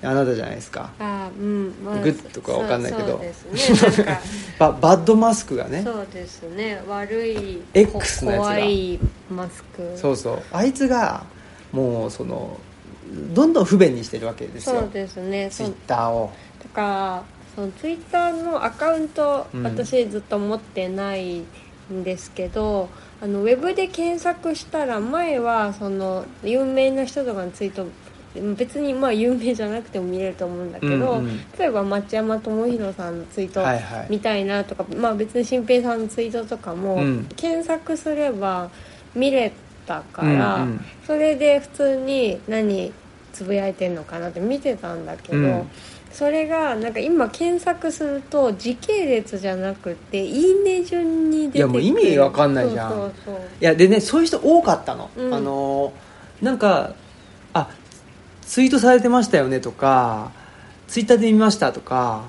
[SPEAKER 1] あなたじゃないですか
[SPEAKER 2] あうんま
[SPEAKER 1] グッとかわかんないけど
[SPEAKER 2] そうそうですねなんか
[SPEAKER 1] ババッドマスクが ね
[SPEAKER 2] そうですね悪い
[SPEAKER 1] X のやつだ
[SPEAKER 2] 怖いマスク
[SPEAKER 1] そうそうあいつがもうそのどんどん不便にしてるわけです
[SPEAKER 2] そ
[SPEAKER 1] よ
[SPEAKER 2] うですね
[SPEAKER 1] ツ
[SPEAKER 2] そ
[SPEAKER 1] イッ
[SPEAKER 2] う
[SPEAKER 1] ターを
[SPEAKER 2] だからそのツイッターのアカウント、
[SPEAKER 1] うん
[SPEAKER 2] 私ずっと持ってないんですけどあのウェブで検索したら前はその有名な人とかのツイート別にまあ有名じゃなくても見れると思うんだけど、
[SPEAKER 1] うんうん
[SPEAKER 2] 例えば町山智博さんのツイート
[SPEAKER 1] はいはい
[SPEAKER 2] 見たいなとか、まあ、別に新平さんのツイートとかも、
[SPEAKER 1] うん
[SPEAKER 2] 検索すれば見れたから、
[SPEAKER 1] うんうん
[SPEAKER 2] それで普通に何つぶやいてんのかなって見てたんだけど、
[SPEAKER 1] うん
[SPEAKER 2] それがなんか今検索すると時系列じゃなくて「いいね」順に出てくる
[SPEAKER 1] いやもう意味わかんないじゃん
[SPEAKER 2] そうそう
[SPEAKER 1] いやでねそういう人多かったの、
[SPEAKER 2] うん
[SPEAKER 1] あのなんかあツイートされてましたよねとかツイッターで見ましたとか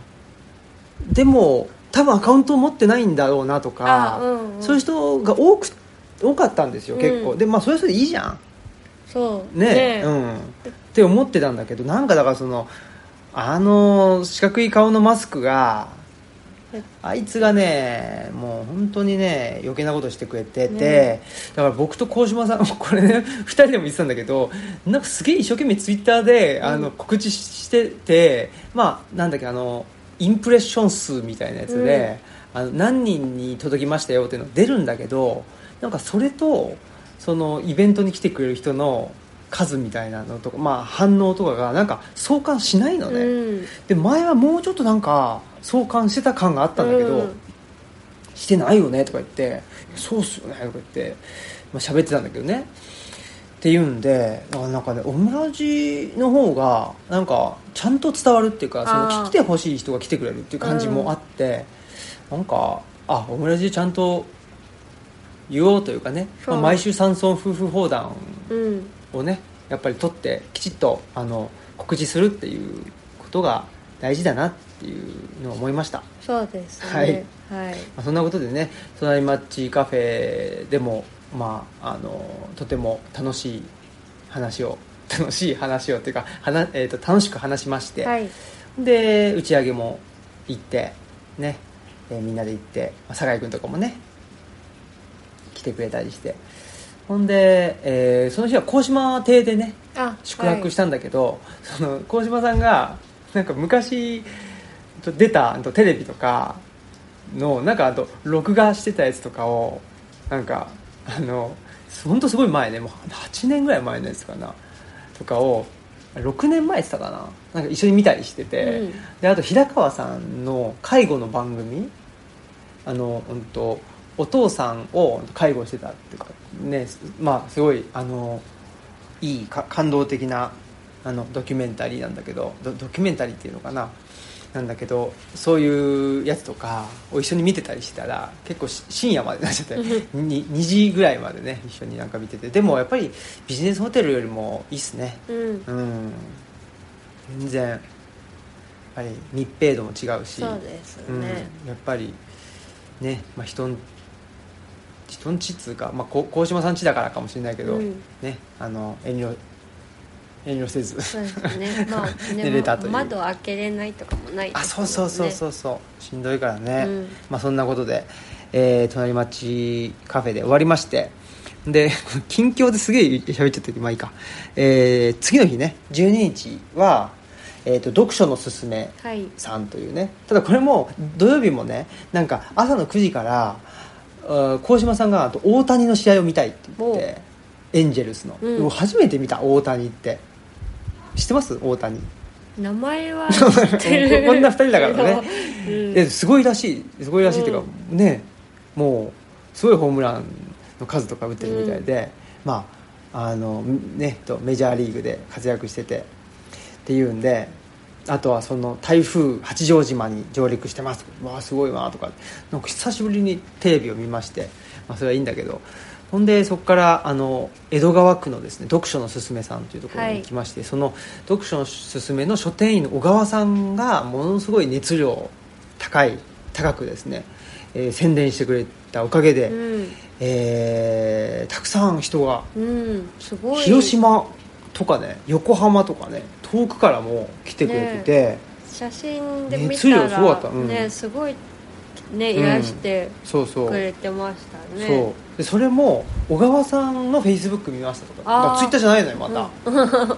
[SPEAKER 1] でも多分アカウントを持ってないんだろうなとか、
[SPEAKER 2] あうんうん
[SPEAKER 1] そういう人が多く多かったんですよ結構、
[SPEAKER 2] うん
[SPEAKER 1] でまあそれはそれでいいじゃん
[SPEAKER 2] そうそう
[SPEAKER 1] ね
[SPEAKER 2] ね
[SPEAKER 1] うんって思ってたんだけどなんかだからそのあの四角い顔のマスクが
[SPEAKER 2] え
[SPEAKER 1] あいつがねもう本当にね余計なことしてくれてて、
[SPEAKER 2] ね
[SPEAKER 1] だから僕と鴻島さんこれね2人でも言ってたんだけどなんかすげえ一生懸命ツイッターであの告知してて、まあなんだっけあのインプレッション数みたいなやつで、あの何人に届きましたよっていうのが出るんだけどなんかそれとそのイベントに来てくれる人の数みたいなのとか、まあ、反応とかがなんか相関しないのね、
[SPEAKER 2] うん
[SPEAKER 1] で前はもうちょっとなんか相関してた感があったんだけど、
[SPEAKER 2] うん
[SPEAKER 1] してないよねとか言ってそうっすよねとか言って、まあ、喋ってたんだけどねっていうんであなんかねオムラジの方がなんかちゃんと伝わるっていうかそ
[SPEAKER 2] あー
[SPEAKER 1] の来てほしい人が来てくれるっていう感じもあって、なんかあオムラジちゃんと言おうというかね、
[SPEAKER 2] そう
[SPEAKER 1] まあ、毎週山村夫婦砲弾
[SPEAKER 2] うん
[SPEAKER 1] をねやっぱり取ってきちっとあの告知するっていうことが大事だなっていうのを思いました。
[SPEAKER 2] そうですねはい、
[SPEAKER 1] まあ、そんなことでね隣マッチカフェでも、まあ、あのとても楽しい話を楽しい話をというかはな、えー、と楽しく話しまして、
[SPEAKER 2] はい
[SPEAKER 1] で打ち上げも行ってね、えーみんなで行ってまあ酒井君とかもね来てくれたりしてほんで、えーその日は鴻島邸でね
[SPEAKER 2] あ
[SPEAKER 1] 宿泊したんだけど、その鴻島さんがなんか昔と出たとテレビとかのなんかあと録画してたやつとかをなんかあの本当すごい前ねもう8年ぐらい前のやつかなとかを6年前って言ったかななんか一緒に見たりしてて、
[SPEAKER 2] うん
[SPEAKER 1] であと平川さんの介護の番組あの、うん、とお父さんを介護してたっていうかねすまあすごいあのいいか感動的なあのドキュメンタリーなんだけどドドキュメンタリーっていうのかななんだけどそういうやつとかを一緒に見てたりしたら結構し深夜までなっちゃってに2時ぐらいまでね一緒になんか見ててでもやっぱりビジネスホテルよりもいいっすね
[SPEAKER 2] うん
[SPEAKER 1] うん全然やっぱり密閉度も違うし
[SPEAKER 2] そうですね、
[SPEAKER 1] うん、やっぱりね、まあ、人ん人んちっつうか、まあ、こ鴻島さんちだからかもしれないけど、
[SPEAKER 2] うん
[SPEAKER 1] ねあの遠慮遠慮せず
[SPEAKER 2] そうで すねまあ
[SPEAKER 1] 寝れたという
[SPEAKER 2] 窓開けれないとかもない
[SPEAKER 1] あそうそうそうそううそう、しんどいからね、
[SPEAKER 2] うん
[SPEAKER 1] まあそんなことで、えー隣町カフェで終わりましてで 近況ですげえ喋っちゃってまあいいか、えー次の日ね12日は、えー、と読書のすすめ
[SPEAKER 2] はい
[SPEAKER 1] さんというねただこれも土曜日もねなんか朝の9時からあ鴻島さんがあと大谷の試合を見たいって言ってエンジェルスの、
[SPEAKER 2] うん
[SPEAKER 1] もう初めて見た大谷って知ってます大谷
[SPEAKER 2] 名 前は知ってる
[SPEAKER 1] こんな二人だからね
[SPEAKER 2] けど、うん
[SPEAKER 1] えすごいらしいすごいらしいっていうか、ねもうすごいホームランの数とか打ってるみたいで、まああのねとメジャーリーグで活躍しててっていうんであとはその台風八丈島に上陸してますわあすごいわとかなんか久しぶりにテレビを見まして、まあ、それはいいんだけどほんでそこからあの江戸川区のですね読書のすすめさんというところに行きまして、その読書のすすめの書店員の小川さんがものすごい熱量高い高くですね、えー宣伝してくれたおかげで、
[SPEAKER 2] うん
[SPEAKER 1] えーたくさん人が
[SPEAKER 2] うんすごい
[SPEAKER 1] 広島とかね横浜とかね遠くからも来てくれてて、
[SPEAKER 2] 写真で見
[SPEAKER 1] 熱
[SPEAKER 2] た
[SPEAKER 1] 量
[SPEAKER 2] ら
[SPEAKER 1] すごかったうん
[SPEAKER 2] ねすごいね
[SPEAKER 1] うん
[SPEAKER 2] いらして
[SPEAKER 1] そうそう
[SPEAKER 2] くれてましたね、
[SPEAKER 1] そうでそれも小川さんのフェイスブック見ましたとか
[SPEAKER 2] あー
[SPEAKER 1] だからツイッターじゃないのよまた、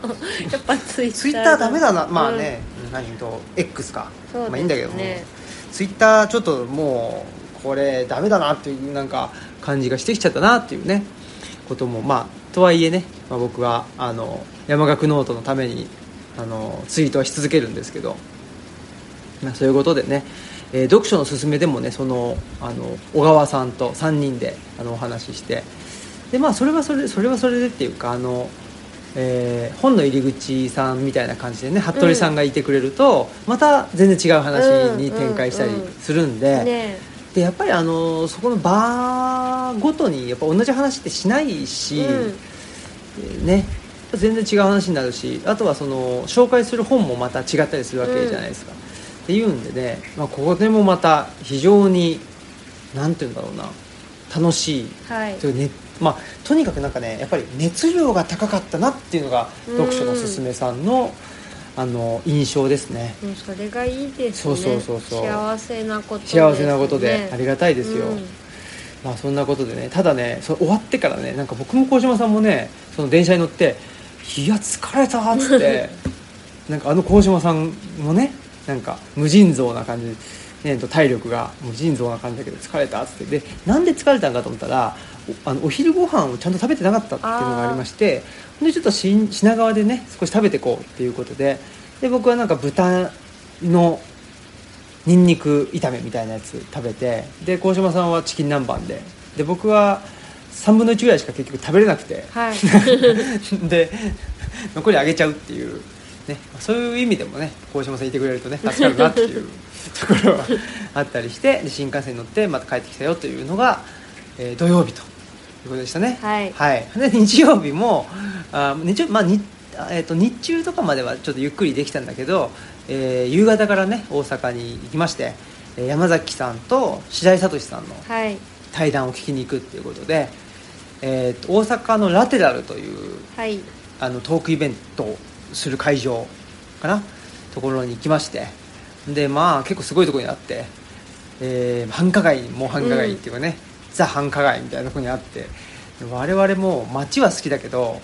[SPEAKER 2] やっぱツイッター
[SPEAKER 1] ツイッターダメだなまあね、うん何と X か、
[SPEAKER 2] そうですね
[SPEAKER 1] まあいいんだけどもツイッターちょっともうこれダメだなっていうなんか感じがしてきちゃったなっていうねこともまあとはいえね、まあ、僕はあの山岳ノートのためにあのツイートはし続けるんですけど、まあ、そういうことでね、えー読書のすすめでもねそのあの小川さんと3人であのお話ししてでまあそれはそれそれはそれでっていうかあの、えー本の入り口さんみたいな感じでね服部さんがいてくれると、また全然違う話に展開したりするんで。
[SPEAKER 2] うんね
[SPEAKER 1] でやっぱりあのそこの場ごとにやっぱ同じ話ってしないし、
[SPEAKER 2] うん
[SPEAKER 1] ね全然違う話になるしあとはその紹介する本もまた違ったりするわけじゃないですか、っていうんでね、まあ、ここでもまた非常になんて言うんだろうな楽しい
[SPEAKER 2] はい
[SPEAKER 1] という、ねまあ、とにかくなんかねやっぱり熱量が高かったなっていうのが
[SPEAKER 2] うん
[SPEAKER 1] 読書のすすめさんのあの印象ですね
[SPEAKER 2] もうそれがいいです
[SPEAKER 1] そ
[SPEAKER 2] ね
[SPEAKER 1] うそうそうそう
[SPEAKER 2] 幸せなことですね
[SPEAKER 1] 幸せなことでありがたいですよ、
[SPEAKER 2] うん
[SPEAKER 1] まあそんなことでねただねそ終わってからねなんか僕も鴻島さんもねその電車に乗って「いや疲れた」っつってなんかあの鴻島さんもねなんか無尽蔵な感じ、ね、と体力が無尽蔵な感じだけど疲れたっつってでなんで疲れたんかと思ったらおあのお昼ご飯をちゃんと食べてなかったっていうのがありましてでちょっとし品川でね少し食べてこうっていうことでで僕はなんか豚のニンニク炒めみたいなやつ食べてで鴻島さんはチキン南蛮でで僕は3分の1ぐらいしか結局食べれなくて、
[SPEAKER 2] はい
[SPEAKER 1] で残りあげちゃうっていう、ね、そういう意味でもね鴻島さんいてくれると ね助かるなっていう ところはあったりしてで新幹線に乗ってまた帰ってきたよというのが、えー土曜日ということでしたね
[SPEAKER 2] はい
[SPEAKER 1] で日曜日もあ日曜、まあにあえー、と日中とかまではちょっとゆっくりできたんだけど、えー夕方からね大阪に行きましてえー山崎さんと白井聡さんの
[SPEAKER 2] はい
[SPEAKER 1] 対談を聞きに行くっていうことで、えーと大阪のラテラルという
[SPEAKER 2] はい
[SPEAKER 1] あのトークイベントをする会場かなところに行きましてでまあ結構すごいところにあって、えー繁華街もう繁華街っていうかね、ザ繁華街みたいなところにあって我々も街は好きだけど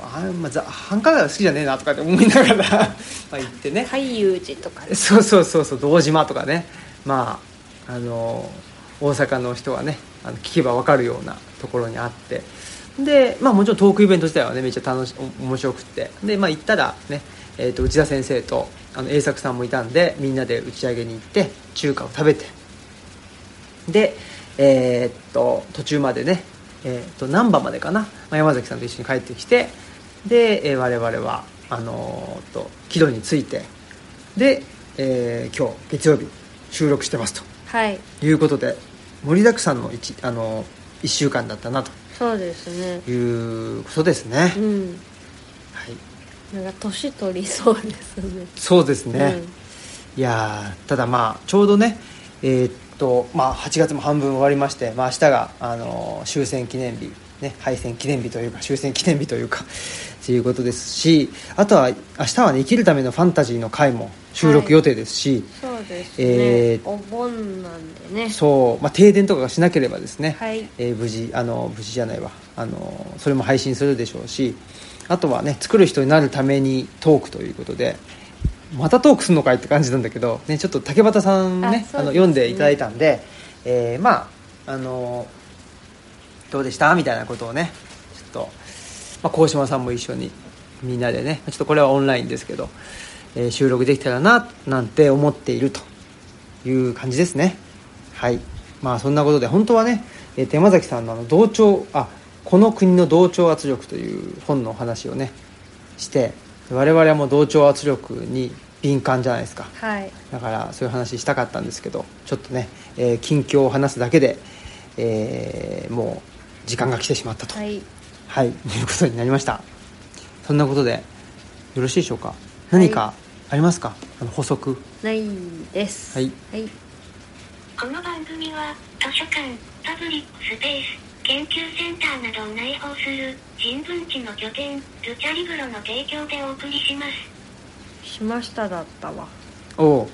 [SPEAKER 1] あ、まあ、ざ繁華街は好きじゃねえなとかって思いながら まあ行ってね、
[SPEAKER 2] 太遊寺とか ね
[SPEAKER 1] そうそうそうそう堂島とかねまああの大阪の人はねあの聞けば分かるようなところにあってでまあもちろんトークイベント自体はねめっちゃ楽しお面白くってでまあ行ったらね、えー、と内田先生とあの栄作さんもいたんでみんなで打ち上げに行って中華を食べてでえーっと途中までね、えーっと難波までかな、まあ山崎さんと一緒に帰ってきてで、えー我々はあのーっと帰路に着いてで、えー今日月曜日収録してます
[SPEAKER 2] はい
[SPEAKER 1] ということで盛りだくさんの 1,、あの1週間だったなと
[SPEAKER 2] そうですね
[SPEAKER 1] いうことですね、はい
[SPEAKER 2] うんなんか年取りそうですね
[SPEAKER 1] そうですね、いやーただまあちょうどねえーっとまあ8月も半分終わりまして、まあ、明日が、あのー終戦記念日、ね、敗戦記念日というか終戦記念日というかということですしあとは明日はね生きるためのファンタジーの回も収
[SPEAKER 2] は
[SPEAKER 1] 録
[SPEAKER 2] い
[SPEAKER 1] 予定ですし、
[SPEAKER 2] うん、そうですね、
[SPEAKER 1] えー
[SPEAKER 2] お盆なんでね
[SPEAKER 1] そう、まあ、停電とかがしなければですね、
[SPEAKER 2] はい
[SPEAKER 1] えー無事あの無事じゃないわあのそれも配信するでしょうしあとはね作る人になるためにトークということでまたトークするのかいって感じなんだけど、ね、ちょっと竹俣さんね
[SPEAKER 2] あ
[SPEAKER 1] あ
[SPEAKER 2] そうですね
[SPEAKER 1] の読んでいただいたんで、えーまああのどうでしたみたいなことをねちょっと、まあ、鴻島さんも一緒にみんなでねちょっとこれはオンラインですけど、えー収録できたらななんて思っているという感じですねはいまあそんなことで本当はね、えー手間崎さんのあの同調あこの国の同調圧力という本のお話をねして我々はもう同調圧力に敏感じゃないですか
[SPEAKER 2] はい
[SPEAKER 1] だからそういう話したかったんですけどちょっとね、えー近況を話すだけで、えーもう時間が来てしまったと、
[SPEAKER 2] は
[SPEAKER 1] はい
[SPEAKER 2] い
[SPEAKER 1] いうことになりましたそんなことでよろしいでしょうか何かありますか、あの補足
[SPEAKER 2] ないです
[SPEAKER 1] はい
[SPEAKER 2] はい、
[SPEAKER 3] この番組は図書館パブリックスペース研究センターなどを内包する人文地の拠点ルチャリブロの提供でお送りします
[SPEAKER 2] しましただったわ
[SPEAKER 1] おお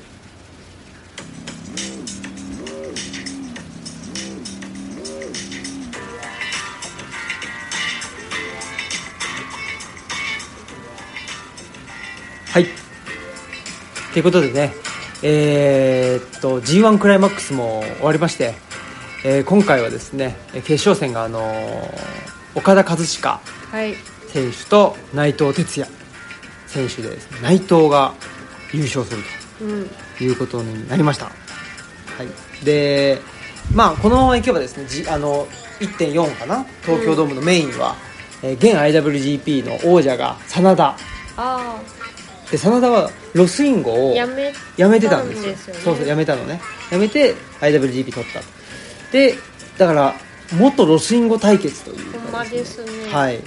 [SPEAKER 1] はいということでねえーっと g 1クライマックスも終わりまして、えー今回はですねえー決勝戦が、あのー岡田和親
[SPEAKER 2] はい
[SPEAKER 1] 選手と内藤哲也選手でですね内藤が優勝すると。
[SPEAKER 2] うん
[SPEAKER 1] ということになりました、はい、でまあこのままいけばですねじあの1.4かな東京ドームのメインは、えー現 IWGP の王者が真田
[SPEAKER 2] あ
[SPEAKER 1] で真田はロスインゴ
[SPEAKER 2] あ
[SPEAKER 1] を
[SPEAKER 2] やめ
[SPEAKER 1] やめてたんですよ
[SPEAKER 2] よね
[SPEAKER 1] そうそうやめたのねやめて IWGP 取ったでだから元ロスインゴ対決という
[SPEAKER 2] ほん
[SPEAKER 1] か
[SPEAKER 2] まですね
[SPEAKER 1] はい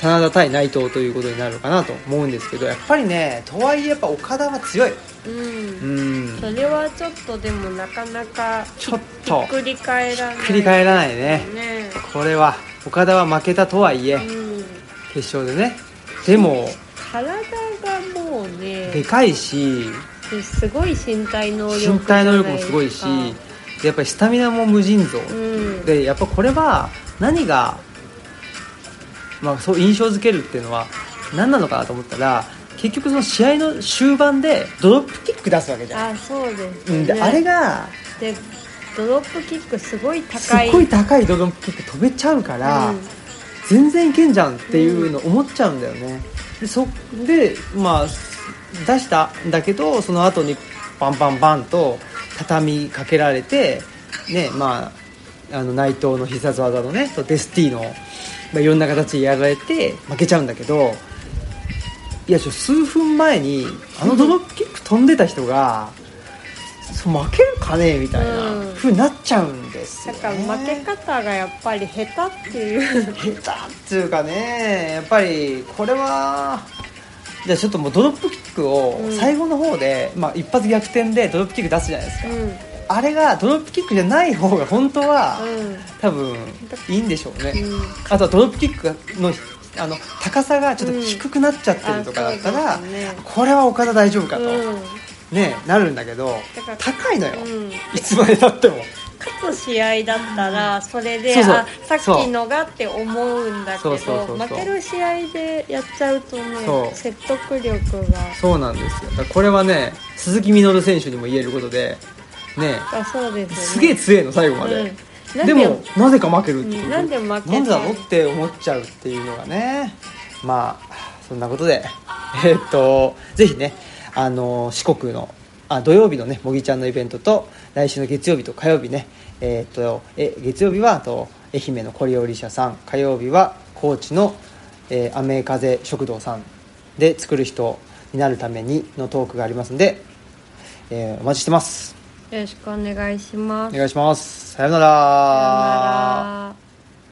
[SPEAKER 1] 真田対内藤ということになるかなと思うんですけどやっぱりねとはいえやっぱ岡田は強い
[SPEAKER 2] うん
[SPEAKER 1] うん
[SPEAKER 2] それはちょっとでもなかなか
[SPEAKER 1] ちょっ
[SPEAKER 2] ひ
[SPEAKER 1] と
[SPEAKER 2] っくり返らない
[SPEAKER 1] 繰り返らないね
[SPEAKER 2] ね
[SPEAKER 1] これは岡田は負けたとはいえ
[SPEAKER 2] うん
[SPEAKER 1] 決勝でねでも
[SPEAKER 2] 体がもうね
[SPEAKER 1] でかいし
[SPEAKER 2] すごい身体能力
[SPEAKER 1] 身体能力もすごいし
[SPEAKER 2] じゃなです
[SPEAKER 1] やっぱりスタミナも無尽蔵
[SPEAKER 2] かうん
[SPEAKER 1] でやっぱこれは何が、まあ、そう印象づけるっていうのは何なのかなと思ったら結局その試合の終盤でドロップキック出すわけじゃん。
[SPEAKER 2] あそうで
[SPEAKER 1] う
[SPEAKER 2] すよね
[SPEAKER 1] ん、であれが
[SPEAKER 2] でドロップキックすごい
[SPEAKER 1] す
[SPEAKER 2] 高い
[SPEAKER 1] っごい高いドロップキック飛べちゃうから、
[SPEAKER 2] うん
[SPEAKER 1] 全然いけんじゃんっていうの思っちゃうんだよね、でそでまあ出したんだけどその後にバンバンバンと畳みかけられてねまああの内藤の必殺技のねとデスティーの、まあ、いろんな形でやられて負けちゃうんだけどいやちょ数分前にあのドロップキック飛んでた人が、そう負けるかねみたいな
[SPEAKER 2] うん
[SPEAKER 1] ふうになっちゃうんです
[SPEAKER 2] だ
[SPEAKER 1] よ、ね、
[SPEAKER 2] から負け方がやっぱり下手っていう
[SPEAKER 1] 下手っていうかねやっぱりこれはじゃあちょっともうドロップキックを
[SPEAKER 2] うん
[SPEAKER 1] 最後の方で、まあ、一発逆転でドロップキック出すじゃないですか、あれがドロップキックじゃない方が本当は、
[SPEAKER 2] うんうん
[SPEAKER 1] 多分いいんでしょうね、
[SPEAKER 2] うん
[SPEAKER 1] あとはドロップキックのあの高さがちょっと低くなっちゃってるとかだった
[SPEAKER 2] うんあ
[SPEAKER 1] ら、
[SPEAKER 2] そうですね
[SPEAKER 1] これは岡田大丈夫かと、
[SPEAKER 2] うん
[SPEAKER 1] ねなるんだけど
[SPEAKER 2] だから
[SPEAKER 1] 高いのよ、
[SPEAKER 2] うん
[SPEAKER 1] いつまでたっても
[SPEAKER 2] 勝つ試合だったらそれで
[SPEAKER 1] そうそう
[SPEAKER 2] あさっきのがって思うんだけ
[SPEAKER 1] そ
[SPEAKER 2] ど
[SPEAKER 1] うそうそうそう
[SPEAKER 2] 負ける試合でやっちゃう
[SPEAKER 1] そ
[SPEAKER 2] とね
[SPEAKER 1] う
[SPEAKER 2] 説得力が
[SPEAKER 1] そうなんですよだからこれはね鈴木みのる選手にも言えることでね
[SPEAKER 2] あそうですよね
[SPEAKER 1] すげえ強えの最後まで、
[SPEAKER 2] うんなん
[SPEAKER 1] で
[SPEAKER 2] で
[SPEAKER 1] もなぜか負けるっていうう、
[SPEAKER 2] んなんで負けない
[SPEAKER 1] なんでだろうって思っちゃうっていうのがねまあそんなことで えーっとぜひねあの四国のあ土曜日のねもぎちゃんのイベントと来週の月曜日と火曜日ねえーっとえ月曜日はあと愛媛のコリオリ社さん火曜日は高知の、えー、雨風食堂さんで作る人になるためにのトークがありますんで、えーお待ちしてます
[SPEAKER 2] よろしくお願いします
[SPEAKER 1] お願いします。さようなら。
[SPEAKER 2] さようなら